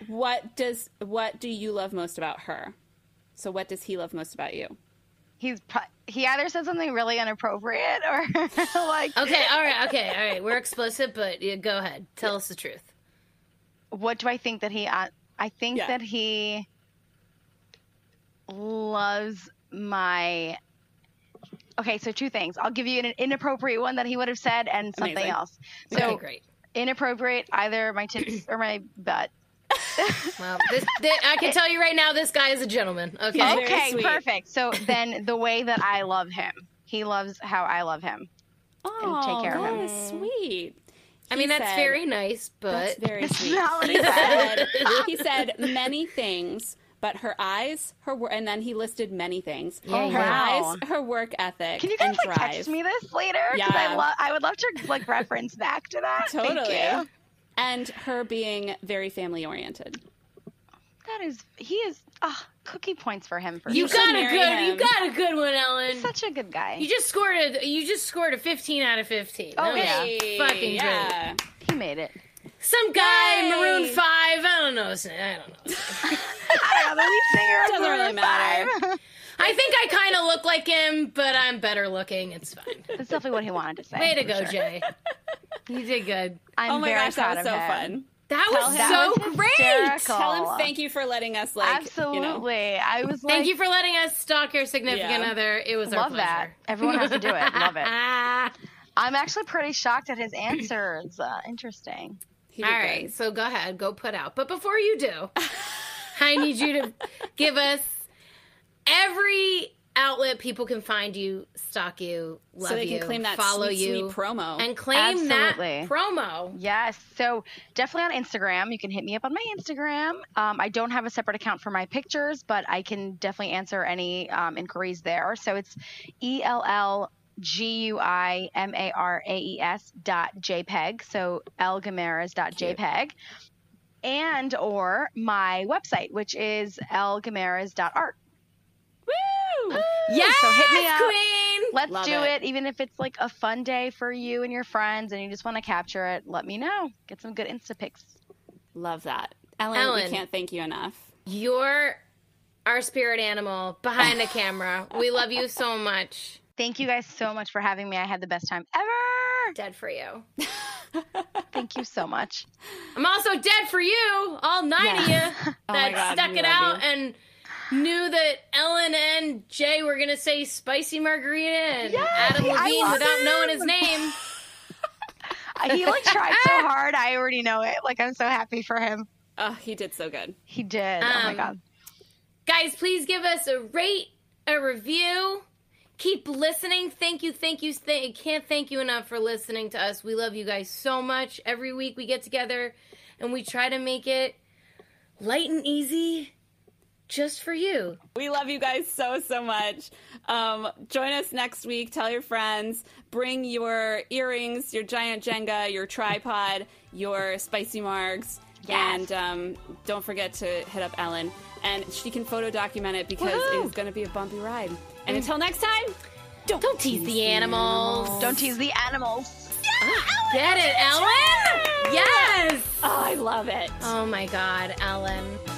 [SPEAKER 3] And what does what do you love most about her? So what does he love most about you?
[SPEAKER 2] He's pro- he either said something really inappropriate or (laughs) like
[SPEAKER 1] Okay, all right, okay, all right. We're explicit, but yeah, go ahead. Tell us the truth.
[SPEAKER 2] what do I think that he? Uh, I think
[SPEAKER 3] Yeah.
[SPEAKER 2] that he loves my. Okay, so two things. I'll give you an inappropriate one that he would have said, and something
[SPEAKER 3] Amazing.
[SPEAKER 2] else. So
[SPEAKER 1] Okay, great.
[SPEAKER 2] inappropriate, either my tits or my butt.
[SPEAKER 1] Well, this, thi- I can tell you right now, this guy is a gentleman. Okay.
[SPEAKER 3] very
[SPEAKER 2] Okay,
[SPEAKER 3] sweet.
[SPEAKER 2] perfect.
[SPEAKER 3] (laughs)
[SPEAKER 2] So then the way that I love him, he loves how I love him.
[SPEAKER 3] Oh,
[SPEAKER 2] take care of
[SPEAKER 3] that
[SPEAKER 2] him.
[SPEAKER 3] is sweet.
[SPEAKER 1] I mean,
[SPEAKER 3] He
[SPEAKER 1] that's
[SPEAKER 3] said-
[SPEAKER 1] very nice, but
[SPEAKER 3] That's (laughs) very
[SPEAKER 2] This
[SPEAKER 3] sweet.
[SPEAKER 2] is not (laughs) what he
[SPEAKER 3] He
[SPEAKER 2] said.
[SPEAKER 3] said, he said many things, but her eyes, her wor- and then he listed many things.
[SPEAKER 1] Yeah,
[SPEAKER 3] her
[SPEAKER 2] wow.
[SPEAKER 3] eyes, her work ethic,
[SPEAKER 2] Can you guys
[SPEAKER 3] and
[SPEAKER 2] like
[SPEAKER 3] drive.
[SPEAKER 2] text me this later? Because I
[SPEAKER 3] Yeah.
[SPEAKER 2] love. I would love to like reference back to that. Thank
[SPEAKER 3] Totally.
[SPEAKER 2] you.
[SPEAKER 3] And her being very family oriented.
[SPEAKER 2] That is. He is. Ah, cookie points for him for
[SPEAKER 1] you
[SPEAKER 2] sure.
[SPEAKER 1] got a
[SPEAKER 3] marry
[SPEAKER 1] good, you
[SPEAKER 3] him.
[SPEAKER 1] got a good one, Ellen.
[SPEAKER 2] Such a good guy.
[SPEAKER 1] You just scored a, you just scored a 15 out of 15.
[SPEAKER 2] Oh,
[SPEAKER 1] That was
[SPEAKER 2] yeah.
[SPEAKER 1] fucking great.
[SPEAKER 3] yeah.
[SPEAKER 2] He made it.
[SPEAKER 1] Some guy,
[SPEAKER 3] Yay.
[SPEAKER 1] Maroon Five. I don't know. I don't know.
[SPEAKER 2] I don't know, the lead singer of
[SPEAKER 3] Doesn't really
[SPEAKER 2] Maroon
[SPEAKER 3] matter.
[SPEAKER 2] five.
[SPEAKER 1] I think I kind of look like him, but I'm better looking. It's fine.
[SPEAKER 2] That's definitely what he wanted to say.
[SPEAKER 1] Way to
[SPEAKER 2] for
[SPEAKER 1] go,
[SPEAKER 2] sure.
[SPEAKER 1] Jay. You did good.
[SPEAKER 2] I'm
[SPEAKER 3] oh my
[SPEAKER 2] very
[SPEAKER 3] gosh,
[SPEAKER 2] proud
[SPEAKER 3] that was
[SPEAKER 2] of
[SPEAKER 3] so
[SPEAKER 2] him.
[SPEAKER 3] fun.
[SPEAKER 1] That was
[SPEAKER 2] That
[SPEAKER 1] so
[SPEAKER 2] was
[SPEAKER 1] great.
[SPEAKER 2] hysterical.
[SPEAKER 3] Tell him thank you for letting us like
[SPEAKER 2] Absolutely.
[SPEAKER 3] You know,
[SPEAKER 2] I was like,
[SPEAKER 1] Thank you for letting us stalk your significant
[SPEAKER 3] Yeah.
[SPEAKER 1] other. It was our
[SPEAKER 2] love
[SPEAKER 1] pleasure.
[SPEAKER 2] that. Everyone has to do it. Love
[SPEAKER 3] (laughs)
[SPEAKER 2] it.
[SPEAKER 1] Ah.
[SPEAKER 2] I'm actually pretty shocked at his answers. Uh, interesting.
[SPEAKER 3] he
[SPEAKER 1] All
[SPEAKER 3] did
[SPEAKER 1] right.
[SPEAKER 3] good.
[SPEAKER 1] So go ahead, go put out. But before you
[SPEAKER 3] (laughs)
[SPEAKER 1] do, I need you to give us every outlet people can find you, stalk you, love
[SPEAKER 3] so they
[SPEAKER 1] you,
[SPEAKER 3] can claim that
[SPEAKER 1] follow
[SPEAKER 3] sweet,
[SPEAKER 1] you,
[SPEAKER 3] sweet promo.
[SPEAKER 1] and claim that
[SPEAKER 2] Absolutely.
[SPEAKER 1] promo.
[SPEAKER 2] Yes. So definitely on Instagram. You can hit me up on my Instagram. Um, I don't have a separate account for my pictures, but I can definitely answer any um, inquiries there. So it's E L L G U I M A R A E S dot JPEG. So Elgamaras dot JPEG. And or my website, which is elgamaras.art.
[SPEAKER 3] Woo!
[SPEAKER 2] Yeah, so hit me up.
[SPEAKER 1] Queen.
[SPEAKER 2] Let's
[SPEAKER 3] Love
[SPEAKER 2] do it.
[SPEAKER 3] it.
[SPEAKER 2] even if it's like a fun day for you and your friends, and you just want to capture it. Let me know. Get some good Insta pics.
[SPEAKER 3] Love that, Ellen,
[SPEAKER 1] Ellen.
[SPEAKER 3] We can't thank you enough.
[SPEAKER 1] Your our spirit animal
[SPEAKER 3] (laughs)
[SPEAKER 1] behind the camera. We love you so much.
[SPEAKER 2] Thank you guys so much for having me. I had the best time ever.
[SPEAKER 1] Dead for you.
[SPEAKER 2] Thank you so much.
[SPEAKER 1] I'm also dead for you, all nine of you
[SPEAKER 3] (laughs) Oh my
[SPEAKER 1] that
[SPEAKER 3] God,
[SPEAKER 1] stuck
[SPEAKER 3] we
[SPEAKER 1] it
[SPEAKER 3] love
[SPEAKER 1] out
[SPEAKER 3] you.
[SPEAKER 1] and knew that Ellen and Jay were gonna say spicy margarita and Adam
[SPEAKER 2] I
[SPEAKER 1] Levine
[SPEAKER 2] love
[SPEAKER 1] without
[SPEAKER 2] him.
[SPEAKER 1] knowing his name.
[SPEAKER 2] He like tried so hard. I already know it. Like I'm so happy for him.
[SPEAKER 3] Oh, he did so good.
[SPEAKER 2] He did. oh my
[SPEAKER 1] Um,
[SPEAKER 2] god.
[SPEAKER 1] Guys, please give us a rate, a review. Keep listening. Thank you, thank you. Th- can't thank you enough for listening to us. We love you guys so much. Every week we get together and we try to make it light and easy just for you.
[SPEAKER 3] We love you guys so, so much. Um, join us next week. Tell your friends. Bring your earrings, your giant Jenga, your tripod, your spicy margs.
[SPEAKER 2] Yes.
[SPEAKER 3] And um, don't forget to hit up Ellen. And she can photo document it because
[SPEAKER 1] Woohoo!
[SPEAKER 3] it's going to be a bumpy ride. And until next time,
[SPEAKER 1] Don't, tease the animals.
[SPEAKER 2] Don't tease the animals.
[SPEAKER 1] Get it, Ellen? Yes.
[SPEAKER 3] oh, I love it.
[SPEAKER 1] Oh my God, Ellen.